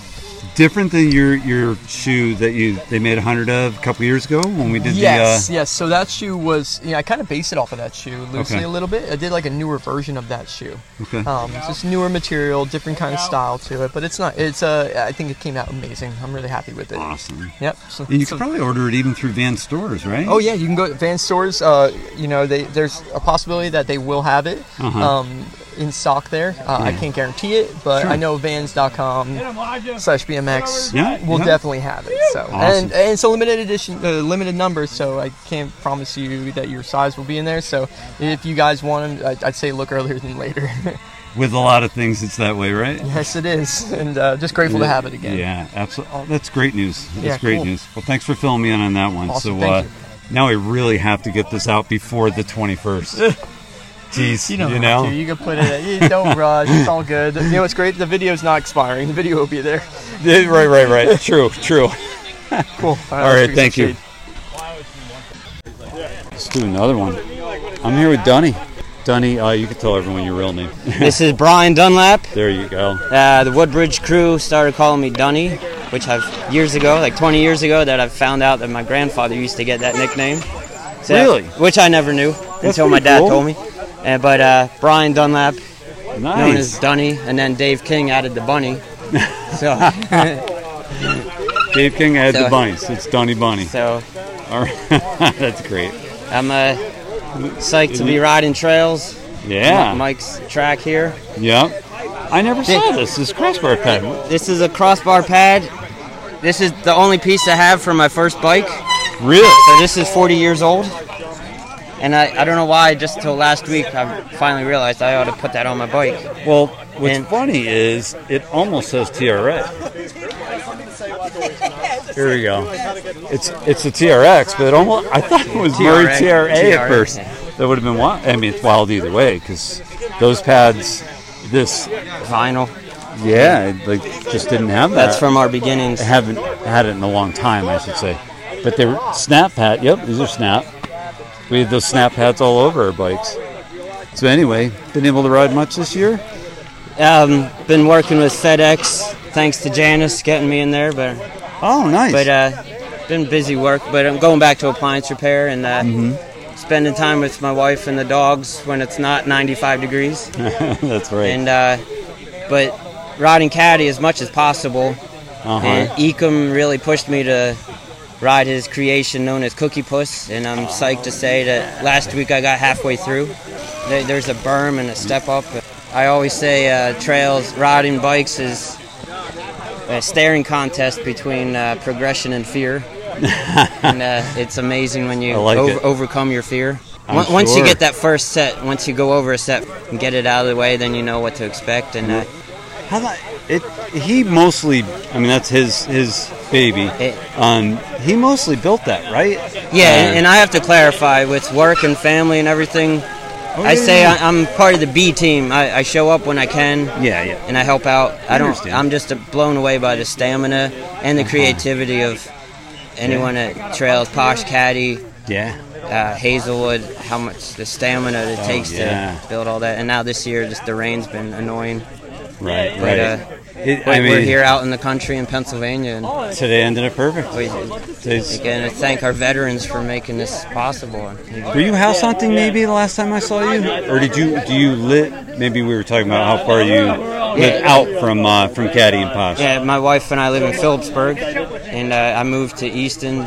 S3: different than your your shoe that you they made a hundred of a couple years ago when we did
S7: yes,
S3: the. Uh,
S7: yes. So that shoe was, yeah, I kind of based it off of that shoe loosely
S3: Okay.
S7: a little bit. I did like a newer version of that shoe.
S3: Okay.
S7: Um, it's just newer material, different kind of style to it, but it's not. It's uh, I think it came out amazing. I'm really happy with it.
S3: Awesome.
S7: Yep. So,
S3: And you
S7: so-
S3: can probably order it even through Van stores, right?
S7: Oh yeah, you can go to Van stores. Uh, you know, they, there's a possibility that they will have it
S3: Uh-huh.
S7: um, in stock there. Uh, I can't guarantee it, but I know Vans.com slash BMX
S3: Yeah,
S7: will
S3: yeah.
S7: definitely have it. So
S3: Awesome.
S7: and, and it's a limited edition, uh, limited number, so I can't promise you that your size will be in there. So if you guys want them, I, I'd say look earlier than later.
S3: With a lot of things, it's that way, right?
S7: yes, it is, and uh, just grateful to have it again.
S3: Yeah, absolutely. Oh, that's great news. That's
S7: Yeah,
S3: great
S7: cool.
S3: news. Well, thanks for filling me in on that one.
S7: Awesome,
S3: so
S7: thank
S3: uh,
S7: you.
S3: now I really have to get this out before the 21st. Jeez,
S7: You don't have to. You can put it. You don't rush. It's all good. You know what's great? The video's not expiring. The video will be there.
S3: Yeah, right, right, right. True, true.
S7: Cool.
S3: All right, thank you. Let's do another one. I'm here with Dunny. Dunny, uh, you can tell everyone your real name.
S7: This is Brian Dunlap.
S3: there you go.
S7: Uh, the Woodbridge crew started calling me Dunny, which I've years ago, like 20 years ago, that I've found out that my grandfather used to get that nickname. So-
S3: Really?
S7: Which I never knew until my
S3: pretty
S7: dad
S3: cool.
S7: told me. Uh, but uh, Brian Dunlap, known as
S3: Nice.
S7: Dunny, and then Dave King added the bunny. so,
S3: Dave King had
S7: So-
S3: the bunnies. It's Dunny Bunny.
S7: so
S3: All right. That's great.
S7: I'm uh, psyched to be riding trails.
S3: Yeah.
S7: Mike's track here.
S3: Yep. I never saw this. This crossbar pad.
S7: This is a crossbar pad. This is the only piece I have from my first bike.
S3: Really?
S7: So this is 40 years old. And I, I don't know why, just till last week, I finally realized I ought to put that on my bike.
S3: Well, what's
S7: And-
S3: funny is it almost says TRX. Here we go. It's it's a TRX, but it almost I thought it was Murray
S7: TRX,
S3: TRA at
S7: TRX,
S3: first.
S7: yeah.
S3: That would have been wild. I mean, it's wild either way because those pads, this
S7: Vinyl.
S3: yeah, it, like just didn't have that.
S7: That's from our beginnings.
S3: I haven't had it in a long time, I should say. But they were snap hat. Yep, these are snap. We had those snap hats all over our bikes. So anyway, been able to ride much this year.
S7: Um, been working with FedEx, thanks to Janice getting me in there, but
S3: Oh, nice.
S7: but uh, been busy work. But I'm going back to appliance repair and uh, spending time with my wife and the dogs when it's not 95 degrees.
S3: That's right.
S7: And uh, but riding caddy as much as possible. And
S3: uh-huh.
S7: Ecom really pushed me to ride his creation known as Cookie Puss, and I'm psyched to say that last week I got halfway through. There- There's a berm and a step up. I always say uh, trails, riding bikes is a staring contest between uh, progression and fear. and uh, it's amazing when you
S3: I like
S7: over-
S3: it.
S7: overcome your fear.
S3: I'm
S7: Once- Once you
S3: sure.
S7: get that first set, once you go over a set and get it out of the way, then you know what to expect. And uh,
S3: How the- it, he mostly, I mean, that's his his baby.
S7: It-
S3: Um, he mostly built that, right?
S7: Yeah, and, and I have to clarify with work and family and everything.
S3: Oh,
S7: I say I, I'm part of the B team. I, I show up when I can
S3: yeah, yeah.
S7: and I help out. I don't.
S3: understand. Uh-huh.
S7: I'm just blown away by the stamina and the creativity of anyone at Trails, Posh Caddy,
S3: Yeah.
S7: uh, Hazelwood. How much the stamina it takes
S3: Oh, yeah.
S7: to build all that. And now this year, just the rain's been annoying.
S3: Right, right.
S7: But, uh,
S3: It-
S7: But
S3: I mean,
S7: we're here out in the country in Pennsylvania, and
S3: today ended up perfect.
S7: we,
S3: Today's-
S7: again, thank our veterans for making this possible. And-
S3: Were you house hunting maybe the last time I saw you, or did you do you lit? Maybe we were talking about how far you lit out from uh, from Caddy and Posh.
S7: Yeah, my wife and I live in Phillipsburg, and uh, I moved to Easton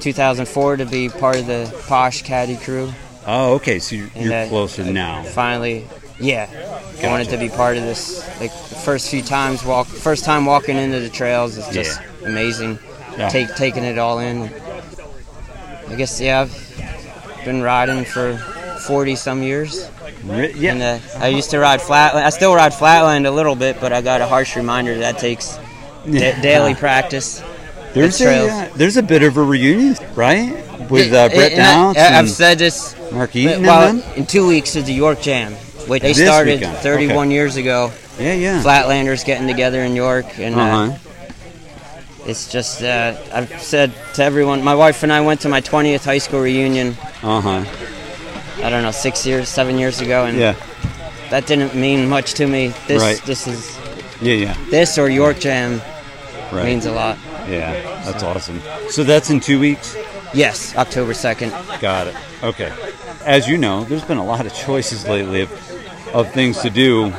S7: 2004 to be part of the Posh Caddy crew.
S3: Oh, okay. So you're,
S7: And,
S3: you're
S7: uh,
S3: closer now.
S7: Finally, yeah, I wanted to be part of this. Like the first few times walk, first time walking into the trails is just amazing.
S3: Yeah.
S7: Take taking it all in. I guess yeah, I've been riding for 40 some years.
S3: Ri-
S7: And
S3: Yeah.
S7: uh, I used to ride flatland. I still ride flatland a little bit, but I got a harsh reminder that takes da- daily practice.
S3: There's a
S7: trails.
S3: uh, there's a bit of a reunion, right? With uh, Brett
S7: And I-
S3: Downs
S7: I, have
S3: and
S7: said this.
S3: Mark Eaton
S7: well,
S3: and them.
S7: in two weeks is the York Jam, which they
S3: This
S7: started
S3: weekend,
S7: 31 years ago.
S3: Yeah, yeah.
S7: Flatlanders getting together in York, and
S3: Uh-huh.
S7: uh, it's just uh, I've said to everyone. My wife and I went to my 20th high school reunion.
S3: Uh huh.
S7: I don't know, six years, seven years ago, and
S3: Yeah.
S7: that didn't mean much to me. This,
S3: Right.
S7: this is
S3: Yeah, yeah.
S7: this or York Jam
S3: Right.
S7: means a lot.
S3: yeah, that's awesome. So that's in two weeks.
S7: Yes, October 2nd.
S3: Got it. Okay. As you know, there's been a lot of choices lately of, of things to do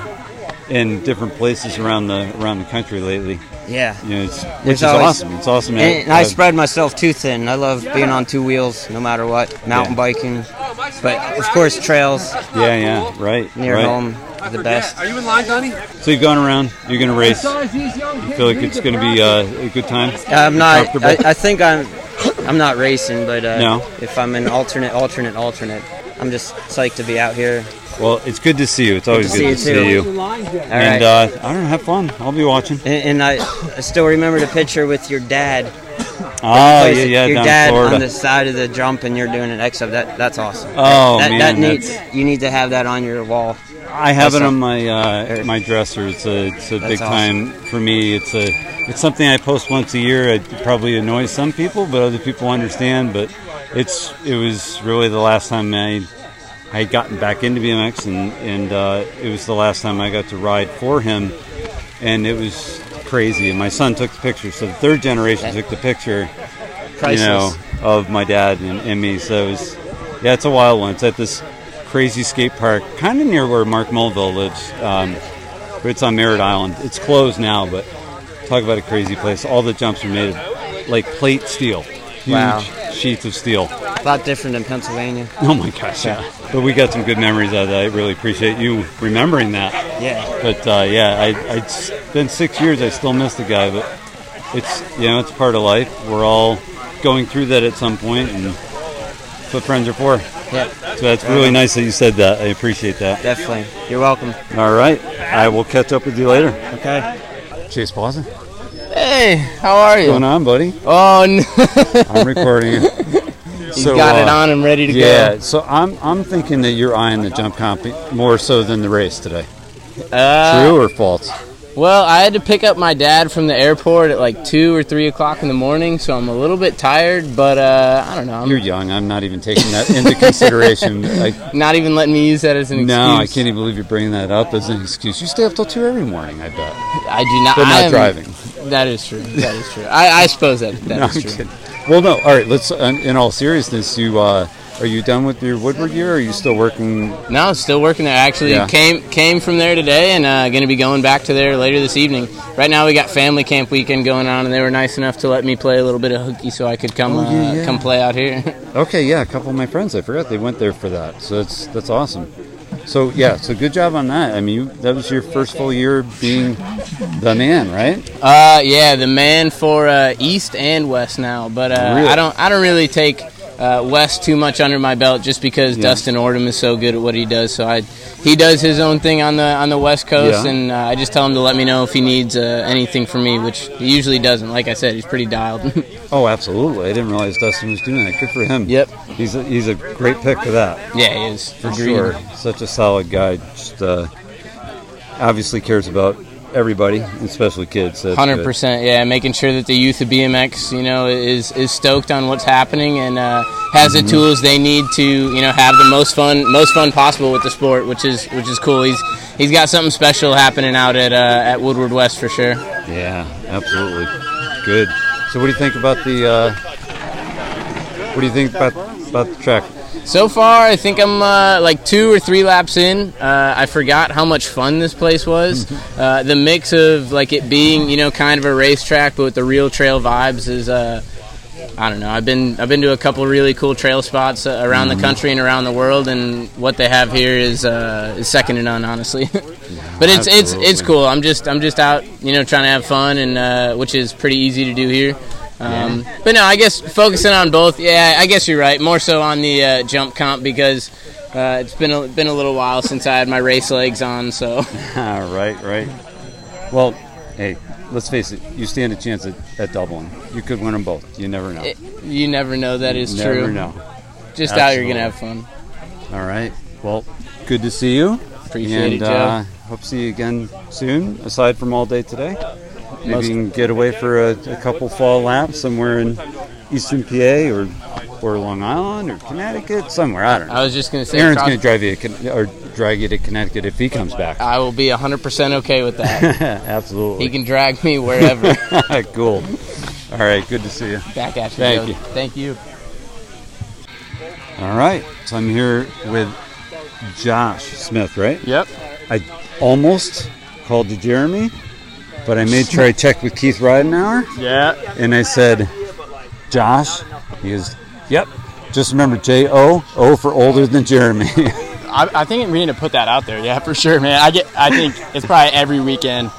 S3: in different places around the around the country lately.
S7: Yeah.
S3: You know, it's, which
S7: There's
S3: is
S7: always-
S3: awesome. It's awesome. to
S7: And,
S3: have- uh,
S7: and I
S3: have-
S7: spread myself too thin. I love being on two wheels no matter what, mountain
S3: Yeah.
S7: biking. But of course, trails
S3: Yeah, yeah, right.
S7: near
S3: right.
S7: home are the best.
S11: Are you in line, Donnie?
S3: So you've gone around. You're going to race. You feel like it's going to be uh, a good time.
S7: I'm not,
S3: Comfortable?
S7: I, I think I'm. I'm not racing, but uh,
S3: No.
S7: if I'm an alternate, alternate, alternate, I'm just psyched to be out here.
S3: well, it's good to see you. It's always
S7: to
S3: good
S7: see you
S3: to see
S7: too.
S3: you.
S7: All right.
S3: And uh, I don't know, have fun. I'll be watching.
S7: and, and I, I still remember the picture with your dad.
S3: Oh yeah,
S7: Place-
S3: yeah,
S7: your
S3: down
S7: dad
S3: in Florida.
S7: on the side of the jump, and you're doing an X up. That that's awesome.
S3: Oh
S7: that,
S3: man,
S7: that needs
S3: that's-
S7: you need to have that on your wall.
S3: I have it
S7: That's
S3: on my uh, my dresser. It's a it's a
S7: That's
S3: big time
S7: awesome.
S3: for me. It's a it's something I post once a year. It probably annoys some people, but other people understand. But it's it was really the last time I I had gotten back into BMX, and and uh, it was the last time I got to ride for him, and it was crazy. And my son took the picture, so the third generation took the picture, you know,
S8: Priceless.
S3: of my dad and, and me. So it was, yeah, it's a wild one. It's at this crazy skate park, kind of near where Mark Mulville lives. Um, but it's on Merritt Island. It's closed now, but talk about a crazy place. All the jumps are made of like plate steel, huge
S10: Wow.
S3: sheets of steel.
S10: A lot different than Pennsylvania.
S3: Oh my gosh, yeah. But we got some good memories out of that. I really appreciate you remembering that.
S10: Yeah.
S3: But uh, yeah, I, I, it's been six years. I still miss the guy, but it's you know it's part of life. We're all going through that at some point, and that's what friends are for.
S10: Yeah.
S3: So that's really nice that you said that. I appreciate that.
S10: Definitely. You're welcome.
S3: All right. I will catch up with you later.
S10: Okay.
S3: Chase Plaza.
S7: Hey, how are
S3: What's
S7: you?
S3: going on, buddy?
S7: Oh, no.
S3: I'm recording it.
S7: He's got it on and ready to go.
S3: Yeah, so I'm I'm thinking that you're eyeing the jump comp more so than the race today.
S7: Uh,
S3: True or false?
S7: Well, I had to pick up my dad from the airport at like two or three o'clock in the morning, so I'm a little bit tired. But uh, I don't know. I'm
S3: You're young. I'm not even taking that into consideration. I,
S7: not even letting me use that as an excuse.
S3: no, I can't even believe you're bringing that up as an excuse. You stay up till two every morning. I bet.
S7: I do not.
S3: But not
S7: I am-
S3: driving.
S7: That is true. That is true. I, I suppose that that is
S3: no, I'm
S7: true.
S3: kidding. Well, no. All right. Let's. um, In in all seriousness, you uh, are you done with your Woodward year? Or are you still working?
S7: No, still working there. Actually,
S3: Yeah.
S7: came came from there today, and uh, going to be going back to there later this evening. Right now, we got family camp weekend going on, and they were nice enough to let me play a little bit of hooky, so I could come
S3: Oh, yeah,
S7: uh,
S3: yeah.
S7: come play out here.
S3: Okay. Yeah. A couple of my friends. I forgot they went there for that. So that's that's awesome. So yeah. So good job on that. I mean, you, that was your first full year being the man, right?
S7: Uh, yeah, the man for uh, East and West now, but uh,
S3: Really?
S7: I don't I don't really take uh, West too much under my belt just because
S3: Yeah.
S7: Dustin Ordem is so good at what he does. So I he does his own thing on the on the West Coast,
S3: Yeah.
S7: and uh, I just tell him to let me know if he needs uh, anything from me, which he usually doesn't. Like I said, he's pretty dialed.
S3: Oh, absolutely. I didn't realize Dustin was doing that. Good for him.
S7: Yep.
S3: He's a, he's a great pick for that.
S7: yeah, he is
S3: for
S7: Agreed.
S3: sure. Such a solid guy. Just uh, obviously cares about everybody, especially kids. That's
S7: Hundred
S3: good.
S7: percent, yeah. Making sure that the youth of BMX, you know, is is stoked on what's happening and uh, has the tools they need to, you know, have the most fun most fun possible with the sport, which is which is cool. He's he's got something special happening out at uh, at Woodward West for sure.
S3: Yeah, absolutely. Good. So, what do you think about the? Uh, what do you think about about the track?
S7: So far, I think I'm uh, like two or three laps in. Uh, I forgot how much fun this place was. uh, the mix of like it being, you know, kind of a racetrack, but with the real trail vibes is. Uh, I don't know. I've been I've been to a couple really cool trail spots uh, around the country and around the world, and what they have here is uh, is second to none, honestly. but it's it's it's
S3: absolutely.
S7: cool. I'm just I'm just out, you know, trying to have fun, and uh, which is pretty easy to do here. Um, But no, I guess focusing on both. Yeah, I guess you're right. More so on the uh, jump comp because uh, it's been a, been a little while since I had my race legs on. So
S3: right, right. Well, hey, let's face it. You stand a chance at, at doubling. You could win them both. You never know.
S7: it, you never know that is
S3: never
S7: true.
S3: know.
S7: Just out here gonna have
S3: Absolutely.
S7: fun.
S3: All right. Well, good to see you.
S7: Appreciate
S3: and,
S7: it, Joe.
S3: Uh, hope to see you again soon. Aside from all day today, maybe
S7: Most-
S3: you can get away for a, a couple fall laps somewhere in Eastern PA or or Long Island or Connecticut, somewhere. I don't know.
S7: I was just gonna say.
S3: Aaron's
S7: cross-
S3: going to drive you to Con- or drag you to Connecticut if he comes back.
S7: I will be 100% okay with that. he
S3: Absolutely.
S7: can drag me wherever.
S3: cool. All right. Good to see you.
S7: Back at you.
S3: Thank
S7: Joe.
S3: you.
S7: Thank you.
S3: All right. So I'm here with Josh Smith, right?
S8: Yep.
S3: I almost called to Jeremy, but I made sure I checked with Keith Ridenauer.
S8: Yeah.
S3: and I said, Josh? He goes, Yep. Just remember J O, O for older than Jeremy.
S8: I, I think we need to put that out there. Yeah, for sure, man. I get. I think it's probably every weekend.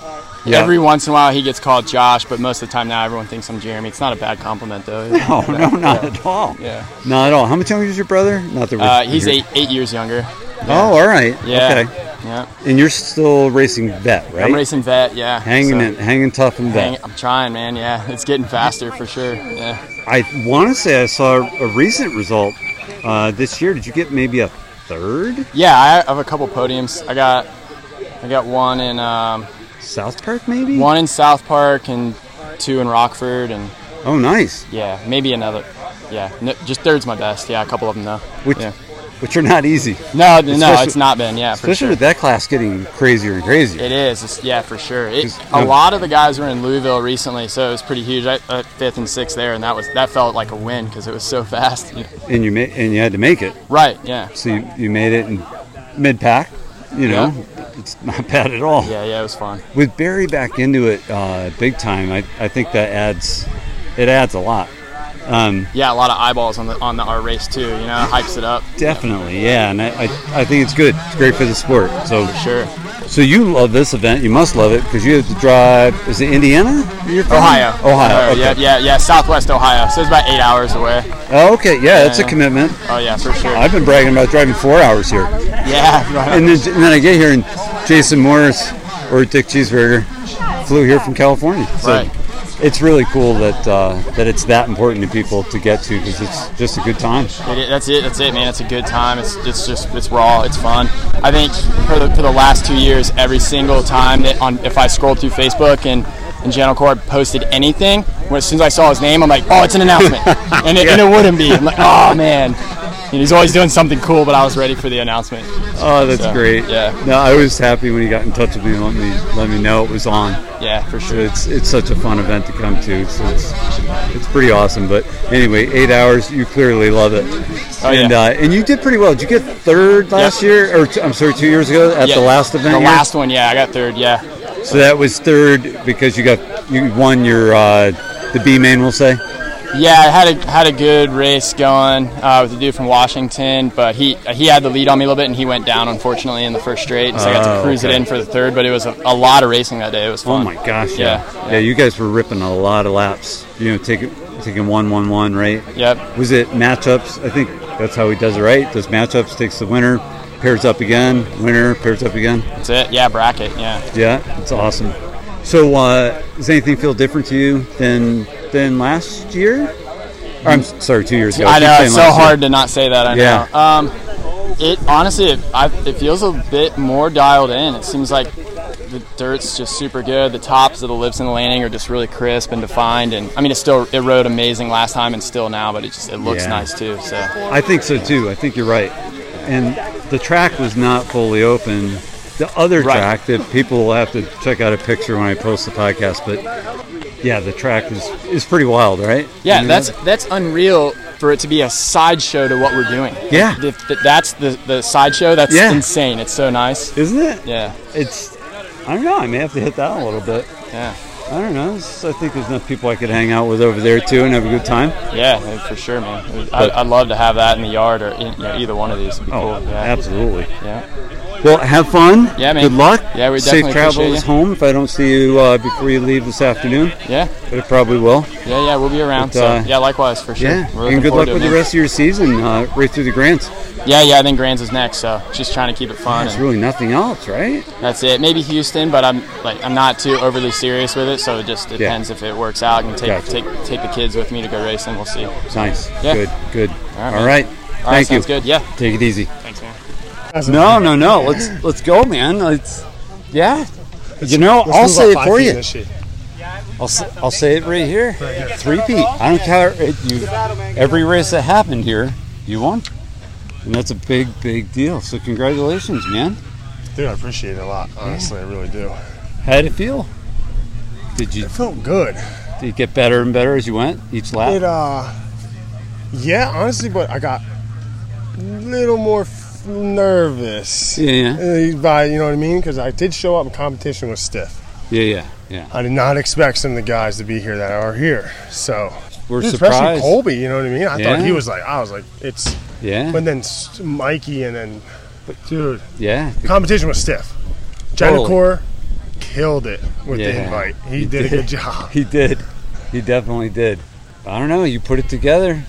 S3: Yeah.
S8: Every once in a while, he gets called Josh, but most of the time now, everyone thinks I'm Jeremy. It's not a bad compliment, though.
S3: no, Oh, no, not at all.
S8: Yeah.
S3: Not at all. How much younger is your brother? Not that we're
S8: Uh, he's
S3: here.
S8: eight, eight years younger.
S3: Oh, all right.
S8: Yeah.
S3: Okay.
S8: Yeah.
S3: And you're still racing vet, right?
S8: I'm racing vet. Yeah.
S3: Hanging
S8: so-
S3: in, hanging tough and vet.
S8: Hang, I'm trying, man. Yeah, it's getting faster for sure. Yeah.
S3: I want to say I saw a recent result uh, this year. Did you get maybe a third?
S8: Yeah, I have a couple podiums. I got, I got one in um,
S3: South Park, maybe?
S8: one in South Park and two in Rockford, and
S3: Oh, nice.
S8: yeah, maybe another. Yeah, no, just third's my best. Yeah, a couple of them though.
S3: Which,
S8: yeah.
S3: which are not easy.
S8: No, no, it's not been, yeah, for
S3: especially
S8: sure.
S3: with that class getting crazier and crazier.
S8: It is, it's, yeah, for sure. It,
S3: 'Cause,
S8: a
S3: no-
S8: lot of the guys were in Louisville recently, so it was pretty huge. I, uh, fifth and sixth there, and that was that felt like a win because it was so fast.
S3: And you ma- and you had to make it.
S8: Right, yeah.
S3: So you, you made it in mid pack. You know, it's not bad at all.
S8: Yeah, yeah, it was fun.
S3: With Barry back into it uh, big time, I, I think that adds it adds a lot. Um,
S8: Yeah, a lot of eyeballs on the on the our race too. You know, hypes it up.
S3: Definitely, yeah, and I, I, I think it's good. It's great for the sport. So
S8: sure.
S3: So you love this event. You must love it because you have to drive. Is it Indiana? You're from?
S8: Ohio, Oh,
S3: Ohio. Okay.
S8: yeah, yeah, yeah, Southwest Ohio. So it's about eight hours away.
S3: Oh, okay. Yeah, that's
S8: Yeah.
S3: a commitment.
S8: Oh yeah, for sure.
S3: I've been bragging about driving four hours here.
S8: Yeah, right.
S3: And then, and then I get here and Jason Morris or Dick Cheeseburger flew here from California. So
S8: Right.
S3: It's really cool that uh, that it's that important to people to get to because it's just a good time.
S8: It, it- that's it. That's it, man. It's a good time. It's it's just it's raw. It's fun. I think for the, for the last two years, every single time that on if I scrolled through Facebook and and General Corp posted anything, when, as soon as I saw his name, I'm like, oh, it's an announcement, and, it, and it wouldn't be. I'm like, oh man, and he's always doing something cool, but I was ready for the announcement.
S3: Oh, that's
S8: So,
S3: great.
S8: Yeah.
S3: No, I was happy when he got in touch with me and let me let me know it was on.
S8: Yeah, for
S3: sure. It's it's such a fun event to come to. It's it's, it's pretty awesome. But anyway, eight hours. You clearly love it.
S8: Oh,
S3: and
S8: yeah.
S3: uh, and you did pretty well. Did you get third last year, or t- I'm sorry, two years ago at
S8: Yeah.
S3: the last event?
S8: The
S3: here?
S8: last one, yeah, I got third. Yeah.
S3: So that was third because you got you won your uh, the B main. We'll say.
S8: Yeah, I had a had a good race going uh, with the dude from Washington, but he he had the lead on me a little bit, and he went down unfortunately in the first straight, and so I got
S3: Oh,
S8: to cruise
S3: okay.
S8: it in for the third. But it was a, a lot of racing that day. It was
S3: Oh
S8: fun.
S3: my gosh!
S8: Yeah.
S3: Yeah. yeah, You guys were ripping a lot of laps. You know, taking taking one, one, one, right?
S8: Yep.
S3: Was it matchups? I think that's how he does it, right? Does matchups takes the winner, pairs up again, winner pairs up again.
S8: That's it. Yeah, bracket. Yeah.
S3: Yeah, it's awesome. So, uh, does anything feel different to you than than last year? Or, I'm s- sorry, two years ago.
S8: I
S3: keep
S8: know
S3: saying
S8: it's so
S3: last year.
S8: hard to not say that. I
S3: Yeah.
S8: know. Um, it honestly, it, I, it feels a bit more dialed in. It seems like the dirt's just super good. The tops of the lips and the landing are just really crisp and defined. And I mean, it still it rode amazing last time and still now, but it just it looks
S3: Yeah.
S8: nice too. So
S3: I think so too. I think you're right. And the track was not fully open. The other
S8: Right.
S3: track that people will have to check out a picture when I post the podcast, but yeah, the track is is pretty wild, right?
S8: Yeah,
S3: You know?
S8: that's that's unreal for it to be a sideshow to what we're doing.
S3: Yeah.
S8: Th- th- that's the the sideshow. That's
S3: Yeah.
S8: insane. It's so nice,
S3: isn't it?
S8: Yeah,
S3: it's I don't know. I may have to hit that a little bit.
S8: Yeah,
S3: I don't know. It's- I think there's enough people I could hang out with over there too and have a good time.
S8: Yeah, eh, for sure, man. It would-
S3: But-
S8: I, I'd love to have that in the yard or in, you know, either one of these. Would be
S3: Oh,
S8: cool. Yeah.
S3: absolutely.
S8: Yeah.
S3: Well, have fun.
S8: Yeah, man.
S3: Good luck.
S8: Yeah, we
S3: safe
S8: definitely appreciate
S3: travels
S8: you.
S3: home. If I don't see you uh, before you leave this afternoon,
S8: Yeah.
S3: but it probably will.
S8: Yeah, yeah, we'll be around.
S3: But, uh,
S8: so yeah, likewise for sure.
S3: Yeah,
S8: We're looking
S3: and good
S8: forward
S3: luck
S8: to it,
S3: with the
S8: man.
S3: rest of your season, uh, right through the grants.
S8: Yeah, yeah, I think Grands is next, so just trying to keep it fun.
S3: There's
S8: and
S3: really nothing else, right?
S8: that's it. Maybe Houston, but I'm like I'm not too overly serious with it, so it just depends if it works out. I can take
S3: Gotcha.
S8: take take the kids with me to go racing. We'll see.
S3: Nice.
S8: Yeah.
S3: Good. Good.
S8: right,
S3: All
S8: man.
S3: right.
S8: All
S3: Thank
S8: right,
S3: you.
S8: sounds good. Yeah.
S3: Take it easy.
S8: Thanks, man.
S3: No, no, no. Let's let's go, man. Let's. Yeah. you know,
S12: Let's
S3: I'll
S12: move
S3: say
S12: up
S3: it
S12: five
S3: for
S12: feet
S3: you.
S12: this year.
S3: I'll, s- I'll say it right here. Three Pete. I don't care. It, you, every race that happened here, you won. And that's a big, big deal. So congratulations, man.
S12: Dude, I appreciate it a lot. Honestly, I really do.
S3: How did it feel? Did you? It
S12: felt good.
S3: Did it get better and better as you went each lap?
S12: It uh, yeah, honestly, but I got a little more f- nervous.
S3: Yeah,
S12: uh, by you know what I mean, because I did show up and competition was stiff.
S3: yeah, yeah, yeah.
S12: I did not expect some of the guys to be here that are here. So
S3: We're
S12: especially
S3: surprised.
S12: Colby. You know what I mean? I
S3: Yeah.
S12: thought he was like, I was like, it's
S3: Yeah.
S12: But then s- Mikey and then, dude,
S3: Yeah.
S12: competition was stiff.
S3: Totally.
S12: Janacor killed it with the
S3: Yeah.
S12: invite. He, did, a good job.
S3: He did. He definitely did. I don't know. You put it together.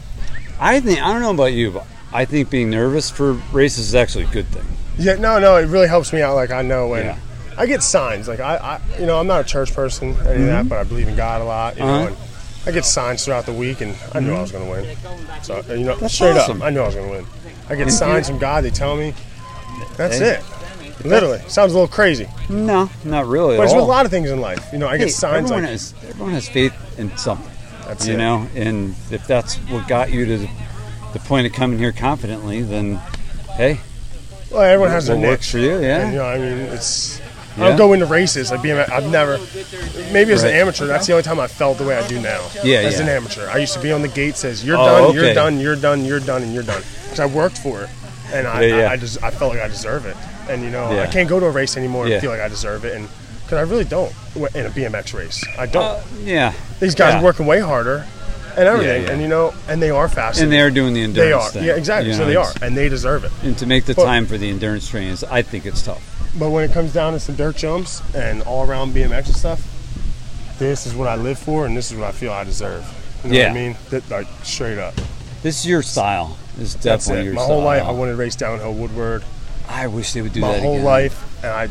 S3: I think. I don't know about you, but I think being nervous for races is actually a good thing.
S12: Yeah, no, no, it really helps me out. Like I know when
S3: Yeah.
S12: I get signs. Like I, I, you know, I'm not a church person, any of that,
S3: Mhm.
S12: but I believe in God a lot. You know,
S3: Uh-huh.
S12: and I get signs throughout the week, and I knew I
S3: Mhm.
S12: was going to win. So you know,
S3: That's
S12: straight
S3: awesome.
S12: up, I knew I was going to win. I get
S3: And
S12: signs
S3: you-
S12: from God. They tell me. That's
S3: Hey.
S12: it. Literally, sounds a little crazy.
S3: No, not really.
S12: But
S3: at
S12: it's with a
S3: all.
S12: lot of things in life. You know, I get
S3: Hey,
S12: signs
S3: Everyone
S12: like
S3: has, everyone has faith in something.
S7: That's
S3: you
S7: it.
S3: know, and if that's what got you to the, the point of coming here confidently, then hey,
S7: Well, everyone has their
S3: what
S7: niche.
S3: works for you, yeah.
S7: And, you know, I mean, it's. I
S3: Yeah.
S7: don't go into races. Like being, a- I've never. Maybe as an
S3: Right.
S7: amateur, that's the only time I felt the way I do now.
S3: Yeah,
S7: As
S3: yeah.
S7: an amateur, I used to be on the gate says you're
S3: Oh,
S7: done,
S3: okay.
S7: you're done, you're done, you're done, and you're done because I worked for it, and I,
S3: Yeah, yeah.
S7: I, I just I felt like I deserve it, and you know
S3: Yeah.
S7: I can't go to a race anymore
S3: Yeah.
S7: and feel like I deserve it, and because I really don't w- in a BMX race, I don't.
S3: yeah.
S7: These guys
S3: Yeah.
S7: are working way harder, and everything,
S3: yeah.
S7: and you know, and they are faster,
S3: And they are doing the
S7: They
S3: endurance
S7: are,
S3: thing,
S7: yeah, exactly.
S3: you
S7: so
S3: know,
S7: they are,
S3: it's-
S7: and they deserve it.
S3: and to make the
S7: But-
S3: time for the endurance trainings, I think it's tough.
S7: But when it comes down to some dirt jumps and all around BMX and stuff, this is what I live for, and this is what I feel I deserve. You know
S3: Yeah.
S7: what I mean? That, like straight up.
S3: This is your style. This is definitely
S7: That's it.
S3: your
S7: My
S3: style.
S7: whole life, I wanted to race downhill Woodward.
S3: I wish they would do
S7: my
S3: that
S7: whole
S3: again.
S7: life, and I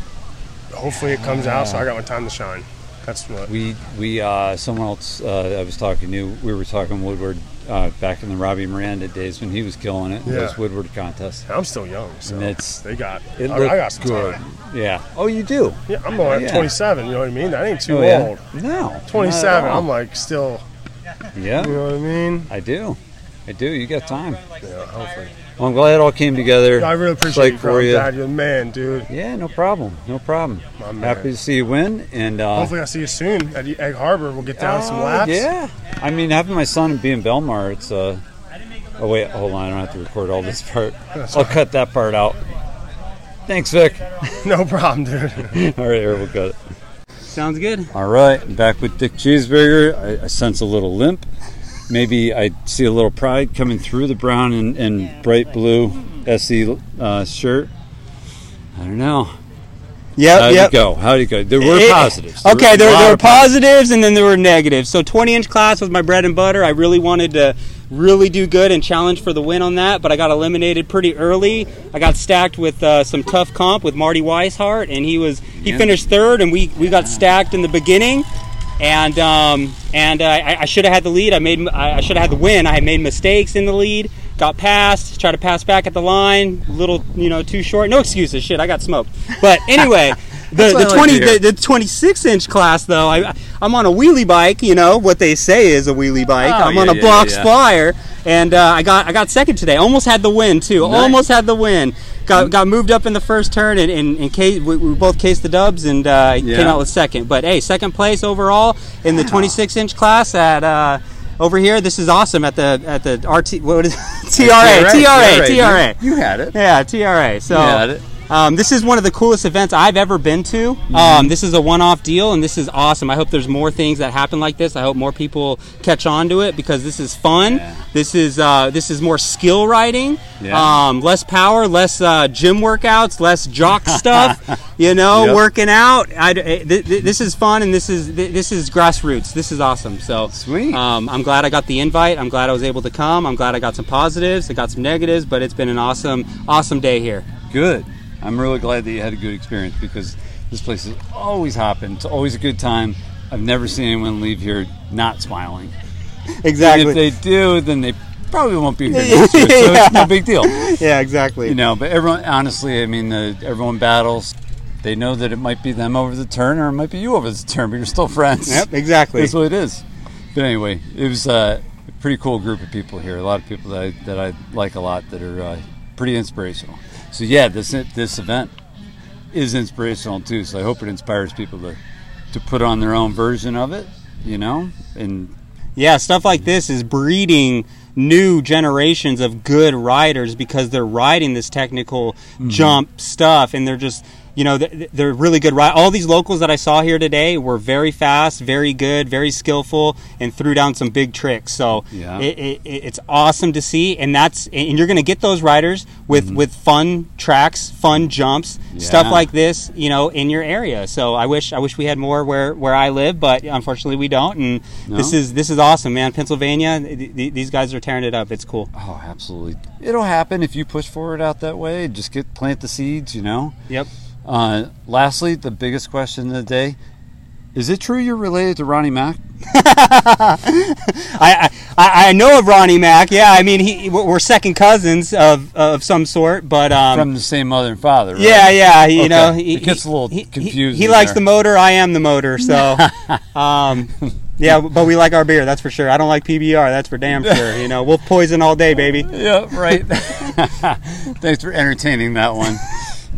S7: hopefully it comes out, so
S3: Yeah.
S7: I got my time to shine. That's what.
S3: We we uh, someone else uh, I was talking to. We were talking Woodward uh, back in the Robbie Miranda days when he was killing it.
S7: Yeah.
S3: Those Woodward contests.
S7: I'm still young, so
S3: and it's
S7: they got.
S3: it
S7: I,
S3: looked
S7: I got some
S3: good.
S7: time.
S3: Yeah. Oh, you do.
S7: Yeah, I'm only
S3: Yeah.
S7: 27. You know what I mean? That ain't too
S3: Oh, yeah?
S7: old.
S3: No,
S7: 27.
S3: not at all.
S7: I'm like still.
S3: Yeah.
S7: You know what I mean?
S3: I do. I do. You got time.
S7: Yeah, hopefully.
S3: Well, I'm glad it all came together.
S7: I really appreciate
S3: Psyched
S7: you, bro.
S3: for
S7: I'm
S3: you.
S7: glad you're the man, dude.
S3: Yeah, no problem. No problem.
S7: My man.
S3: Happy to see you win. And uh,
S7: Hopefully, I see you soon at Egg Harbor. We'll get down some
S3: Uh,
S7: laps.
S3: Yeah. I mean, having my son be in Belmar, it's uh Oh wait, hold on. I don't have to record all this part.
S7: That's
S3: I'll
S7: all right.
S3: cut that part out. Thanks, Vic.
S7: No problem, dude.
S3: all right, here we'll cut it.
S6: Sounds good.
S3: All right, I'm back with Dick Cheeseburger. I, I sense a little limp. Maybe I see a little pride coming through the brown and, and bright blue SE uh, shirt. I don't know.
S6: Yep,
S3: How'd
S6: yep.
S3: it go? How'd it go? There were
S6: It-
S3: positives.
S6: okay,
S3: a
S6: there,
S3: lot
S6: there were
S3: of positives.
S6: positives and then there were negatives. So 20 inch class was my bread and butter. I really wanted to really do good and challenge for the win on that, but I got eliminated pretty early. I got stacked with uh, some tough comp with Marty Weishart, and he was he
S13: Yeah.
S6: finished third, and we we got stacked in the beginning. And um, and uh, I, I should have had the lead. I made I, I should have had the win. I had made mistakes in the lead. Got passed. Tried to pass back at the line. Little, you know, too short. No excuses. Shit, I got smoked. But anyway, the,
S13: That's what
S6: the
S13: I like
S6: twenty
S13: to hear.
S6: the, the twenty six inch class though, I I'm on a wheelie bike. You know what they say is a wheelie bike.
S13: Oh,
S6: I'm
S13: yeah,
S6: on a
S13: yeah,
S6: box
S13: yeah.
S6: flyer, and uh, I got I got second today. Almost had the win too.
S13: Nice.
S6: Almost had the win. Got, got moved up in the first turn and, and, and ca- we, we both cased the dubs and uh,
S13: Yeah.
S6: came out with second. But hey, second place overall in the 26 inch class at uh, over here. This is awesome at the at the RT what is TRA
S13: TRA,
S6: TRA
S13: you-
S6: TRA.
S3: You had it.
S6: Yeah, TRA. So
S13: You had it. Mm-hmm.
S6: Um, this is one of the coolest events I've ever been to. Um, this is a one-off deal, and this is awesome. I hope there's more things that happen like this. I hope more people catch on to it because this is fun. This is uh, this is more skill riding,
S13: Yeah.
S6: um, less power, less uh, gym workouts, less jock stuff. you know,
S13: Yep.
S6: working out. I, eh, th- th- this is fun, and this is th- this is grassroots. This is awesome. So sweet. Um, I'm glad I got the invite. I'm glad I was able to come. I'm glad I got some positives. I got some negatives, but it's been an awesome awesome day here.
S3: Good. I'm really glad that you had a good experience because this place is always hopping. It's always a good time. I've never seen anyone leave here not smiling. And
S6: Exactly.
S3: if they do, then they probably won't be here next year, so it's no big deal.
S6: Yeah, exactly.
S3: You know, but everyone, honestly, I mean, uh, everyone battles. They know that it might be them over the turn or it might be you over the turn, but you're still friends.
S6: Yep, exactly.
S3: That's what it is. But anyway, it was uh, a pretty cool group of people here. A lot of people that I, that I like a lot that are uh, pretty inspirational. So yeah, this this event is inspirational too. So I hope it inspires people to to put on their own version of it. You know, and
S6: Yeah, stuff like this is breeding new generations of good riders because they're riding this technical
S13: Mhm.
S6: jump stuff and they're just you know th- they're really good ri all these locals that i saw here today were very fast very good very skillful and threw down some big tricks so
S13: Yeah.
S6: it, it, it- it's awesome to see and that's and you're going to get those riders with with fun tracks fun jumps stuff
S13: Yeah.
S6: like like this, you know, in your area. So I wish I wish we had more where where I live, but unfortunately we don't. And this
S3: No.
S6: is this is awesome, man. Pennsylvania, th- th- these guys are tearing it up. It's cool.
S3: Oh, absolutely. it'll happen if you push forward out that way. Just get plant the seeds. You know.
S6: Yep.
S3: Uh, lastly, the biggest question of the day: Is it true you're related to Ronnie Mack?
S6: I, I I know of Ronnie Mack. Yeah, I mean he we're we're second cousins of of some sort, but um,
S3: From the same mother and father. Right?
S6: Yeah, yeah. You
S3: Okay.
S6: know, he
S3: it gets a little
S6: he- he-
S3: confusing.
S6: He likes
S3: there.
S6: the motor. I am the motor. So, um, Yeah, but we like our beer, that's for sure. I don't like PBR, that's for damn sure. You know, we'll poison all day, baby.
S3: Yeah, right. Thanks for entertaining that one.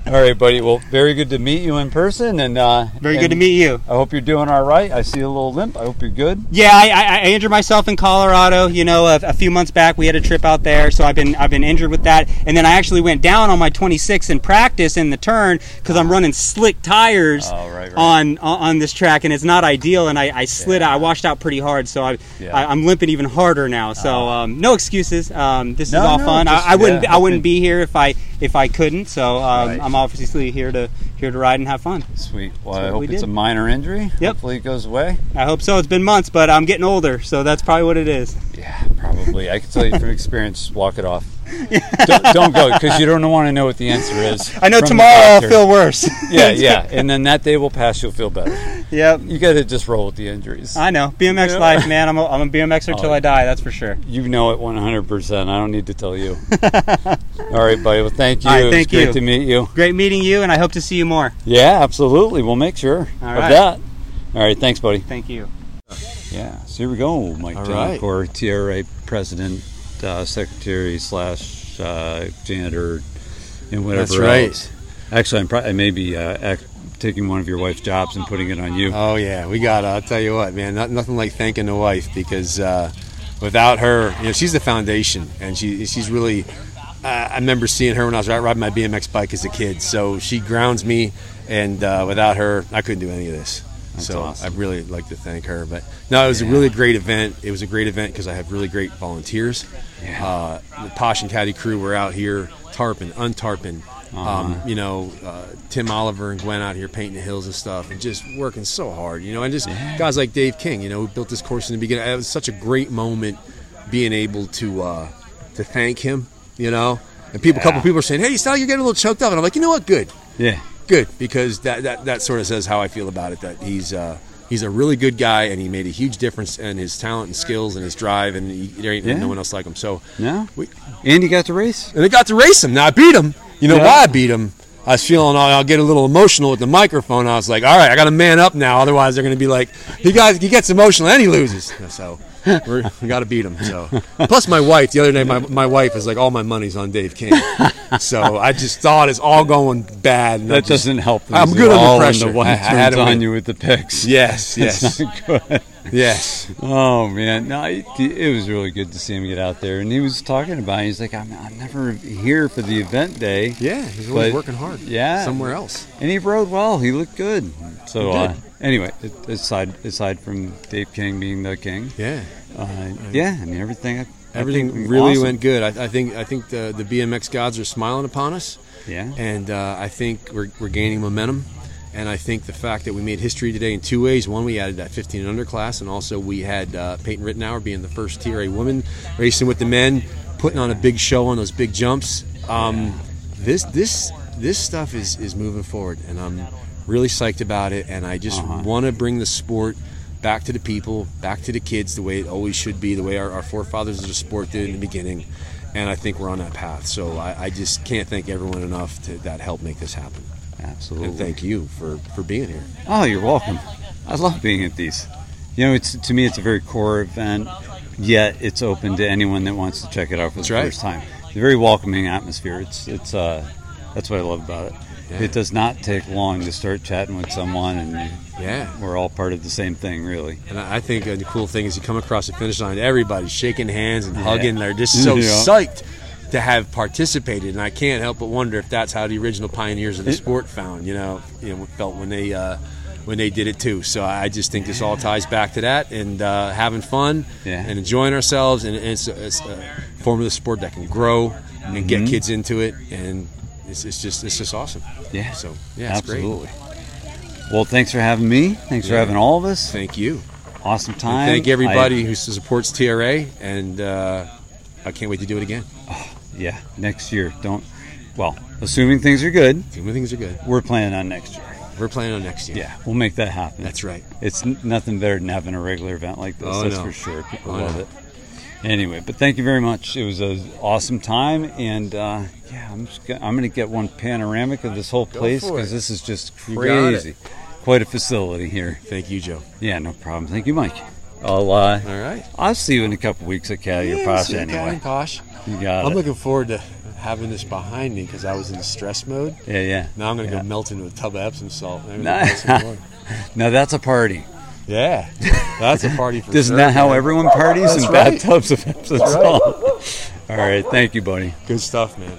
S3: All right, buddy. Well, very good to meet you in person, and uh,
S6: Very good
S3: and
S6: to meet you.
S3: I hope you're doing all right. I see a little limp. I hope you're good.
S6: Yeah, I, I, I injured myself in Colorado. You know, a, a few months back we had a trip out there, so I've been I've been injured with that. And then I actually went down on my 26 in practice in the turn because I'm running slick tires
S3: Oh.
S6: on on on this track, and it's not ideal. And I, I slid, out I washed out pretty hard, so I,
S3: Yeah. Ah.
S6: I I'm limping even harder now. So um, no excuses. Um, this
S3: No,
S6: is all
S3: no,
S6: fun.
S3: just-
S6: I, I wouldn't
S3: yeah,
S6: I wouldn't be here if I if I couldn't. So um,
S3: Right.
S6: I'm obviously here to here to ride and have fun.
S3: Uh, Sweet. Well,
S6: That's
S3: I
S6: what
S3: hope
S6: we
S3: it's
S6: did.
S3: a minor injury.
S6: Yep.
S3: Hopefully, it goes away.
S6: I hope so. It's been months, but I'm getting older, so that's probably what it is.
S3: Yeah, probably. I can tell you from experience. just Walk it off. don't, don't go because you don't want to know what the answer is.
S6: I know
S3: from the
S6: tomorrow I'll
S3: doctor.
S6: feel worse.
S3: yeah, yeah, and then that day will pass. You'll feel better.
S6: Yep.
S3: You got to just roll with the injuries.
S6: I know. BMX
S3: Yeah. Oh.
S6: life, man. I'm a, I'm a BMXer till I die, that's for sure.
S3: You know it 100%. I don't need to tell you. All right, buddy. Well, thank you.
S6: All right,
S3: It was
S6: thank
S3: great
S6: you.
S3: to meet you.
S6: Great meeting you, and I hope to see you more.
S3: Yeah, absolutely. We'll make sure
S6: All
S3: of
S6: right.
S3: that. All right, thanks, buddy.
S6: Thank you.
S3: Yeah, so here we go. Mike
S6: All
S3: John
S6: right.
S3: Core, TRA president, uh, secretary slash uh, janitor, and whatever.
S2: That's right.
S3: else. Actually, I'm probably I may be uh, ac- taking one of your wife's jobs and putting it on you.
S2: Oh yeah, we got. I'll tell you what, man. Not, nothing like thanking the wife because uh, without her, you know, she's the foundation, and she she's really. I I remember seeing her when I was riding my BMX bike as a kid, so she grounds me, and uh, without her, I couldn't do any of this. so I really like to thank her. But no, it was a really great event. It was a great event because I have really great volunteers. Uh, the Posh and Caddy crew were out here tarping, untarping.
S3: Uh-huh.
S2: Um, you know, uh, Tim Oliver and Gwen out here painting the hills and stuff, and just working so hard. You know, and just guys like Dave King. You know, who built this course in the beginning. It was such a great moment being able to uh, to thank him. You know, and people, a couple
S3: Yeah.
S2: people are saying, "Hey, you sound like you're getting a little choked up," and I'm like, "You know what? Good,
S3: Yeah.
S2: good," because that that, that sort of says how I feel about it. That he's uh, he's a really good guy, and he made a huge difference in his talent and skills and his drive, and he, there ain't
S3: Yeah.
S2: no one else like him. So
S3: Yeah.
S2: we,
S3: and you got to race.
S2: And I got to race him. Now I beat him. You know
S3: Yeah.
S2: why I beat him? I was feeling I'll I'll get a little emotional with the microphone. I was like, all right, I got to man up now. Otherwise, they're going to be like, he guys, he gets emotional and he loses. So we're, we got to beat him. So plus my wife. The other day, my, my wife is like, all my money's on Dave King. So I just thought it's all going bad. and I
S3: That
S2: just-
S3: doesn't help. things
S2: I'm
S3: at
S2: good
S3: all
S2: under
S3: when
S2: pressure.
S3: The one
S2: I had
S3: turns
S2: it
S3: on
S2: with-
S3: you with the picks.
S2: Yes,
S3: That's
S2: yes.
S3: not good.
S2: Yes.
S3: Oh man, no, it, it was really good to see him get out there, and he was talking about. It. He's like, I'm, I'm never here for the event day.
S2: Yeah, he's always
S3: but-
S2: working hard
S3: Yeah,
S2: somewhere else.
S3: And he rode well. He looked good. So
S2: He did.
S3: uh, anyway, it- aside aside from Dave King being the king,
S2: Yeah.
S3: uh, yeah, I mean everything. I- I
S2: Everything
S3: think
S2: really
S3: awesome.
S2: went good. I, I think I think the, the BMX gods are smiling upon us.
S3: Yeah.
S2: And uh, I think we're, we're gaining momentum. And I think the fact that we made history today in two ways. One, we added that 15 and under class, and also we had uh, Peyton Rittenauer being the first tier A woman racing with the men, putting on a big show on those big jumps. Um, this this this stuff is is moving forward, and I'm really psyched about it. And I just want to bring the sport back to the people, back to the kids, the way it always should be, the way our, our forefathers of the sport did in the beginning. And I think we're on that path. So I, I just can't thank everyone enough to, that helped make this happen.
S3: Absolutely.
S2: And thank you for, for being here.
S3: Oh, you're welcome. I love being at these. You know, it's to me, it's a very core event, yet it's open to anyone that wants to check it out for the
S2: right.
S3: first time. It's a very welcoming atmosphere. It's it's uh, that's what I love about it.
S2: Yeah.
S3: It does not take long to start chatting with someone, and
S2: Yeah.
S3: we're all part of the same thing, really.
S2: And I I think uh, the cool thing is you come across the finish line, everybody's shaking hands and
S3: Yeah.
S2: hugging. They're just so
S3: Yeah.
S2: psyched to have participated. And I can't help but wonder if that's how the original pioneers of the
S3: It-
S2: sport found, you know, you know felt when they uh, when they did it too. So I just think this all ties back to that and uh, having fun
S3: Yeah.
S2: and enjoying ourselves. And it's, it's a form of the sport that can grow and get
S3: Mhm.
S2: kids into it. And it's, it's just it's just awesome.
S3: Yeah.
S2: So yeah, it's great.
S3: absolutely. Well, thanks for having me. Thanks for
S2: Yeah.
S3: having all of us.
S2: Thank you.
S3: Awesome
S2: And
S3: time.
S2: thank
S3: I-
S2: everybody who supports TRA, and uh, I can't wait to do it again.
S3: yeah, next year. Don't. Well, assuming things are good,
S2: assuming things are good,
S3: we're planning on next year.
S2: We're planning on next year.
S3: Yeah, we'll make that happen.
S2: That's right.
S3: It's n- nothing better than having a regular event like this.
S2: Oh,
S3: that's
S2: no.
S3: for sure. People
S2: Oh,
S3: love
S2: no.
S3: it. Anyway, but thank you very much. It was an awesome time, and uh, yeah, I'm just gonna, I'm going to get one panoramic of this whole place
S2: for
S3: because
S2: it.
S3: this is just
S2: You got it.
S3: crazy. Quite a facility here.
S2: Thank you, Joe.
S3: Yeah, no problem. Thank you, Mike. I'll, uh,
S2: All right.
S3: I'll see you in a couple weeks at Caddy or Posh anyway.
S2: Posh.
S3: You got
S2: I'm
S3: it.
S2: looking forward to having this behind me because I was in stress mode.
S3: Yeah, yeah.
S2: Now I'm going to
S3: Yeah.
S2: go melt into a tub of Epsom salt. Maybe
S3: No.
S2: that's some more.
S3: now that's a party.
S2: Yeah, that's a party for
S3: Isn't
S2: sure,
S3: that how
S2: man.
S3: everyone parties
S2: That's
S3: in
S2: right.
S3: bathtubs of Epsom
S2: That's right.
S3: salt? All right, thank you, buddy.
S2: Good stuff, man.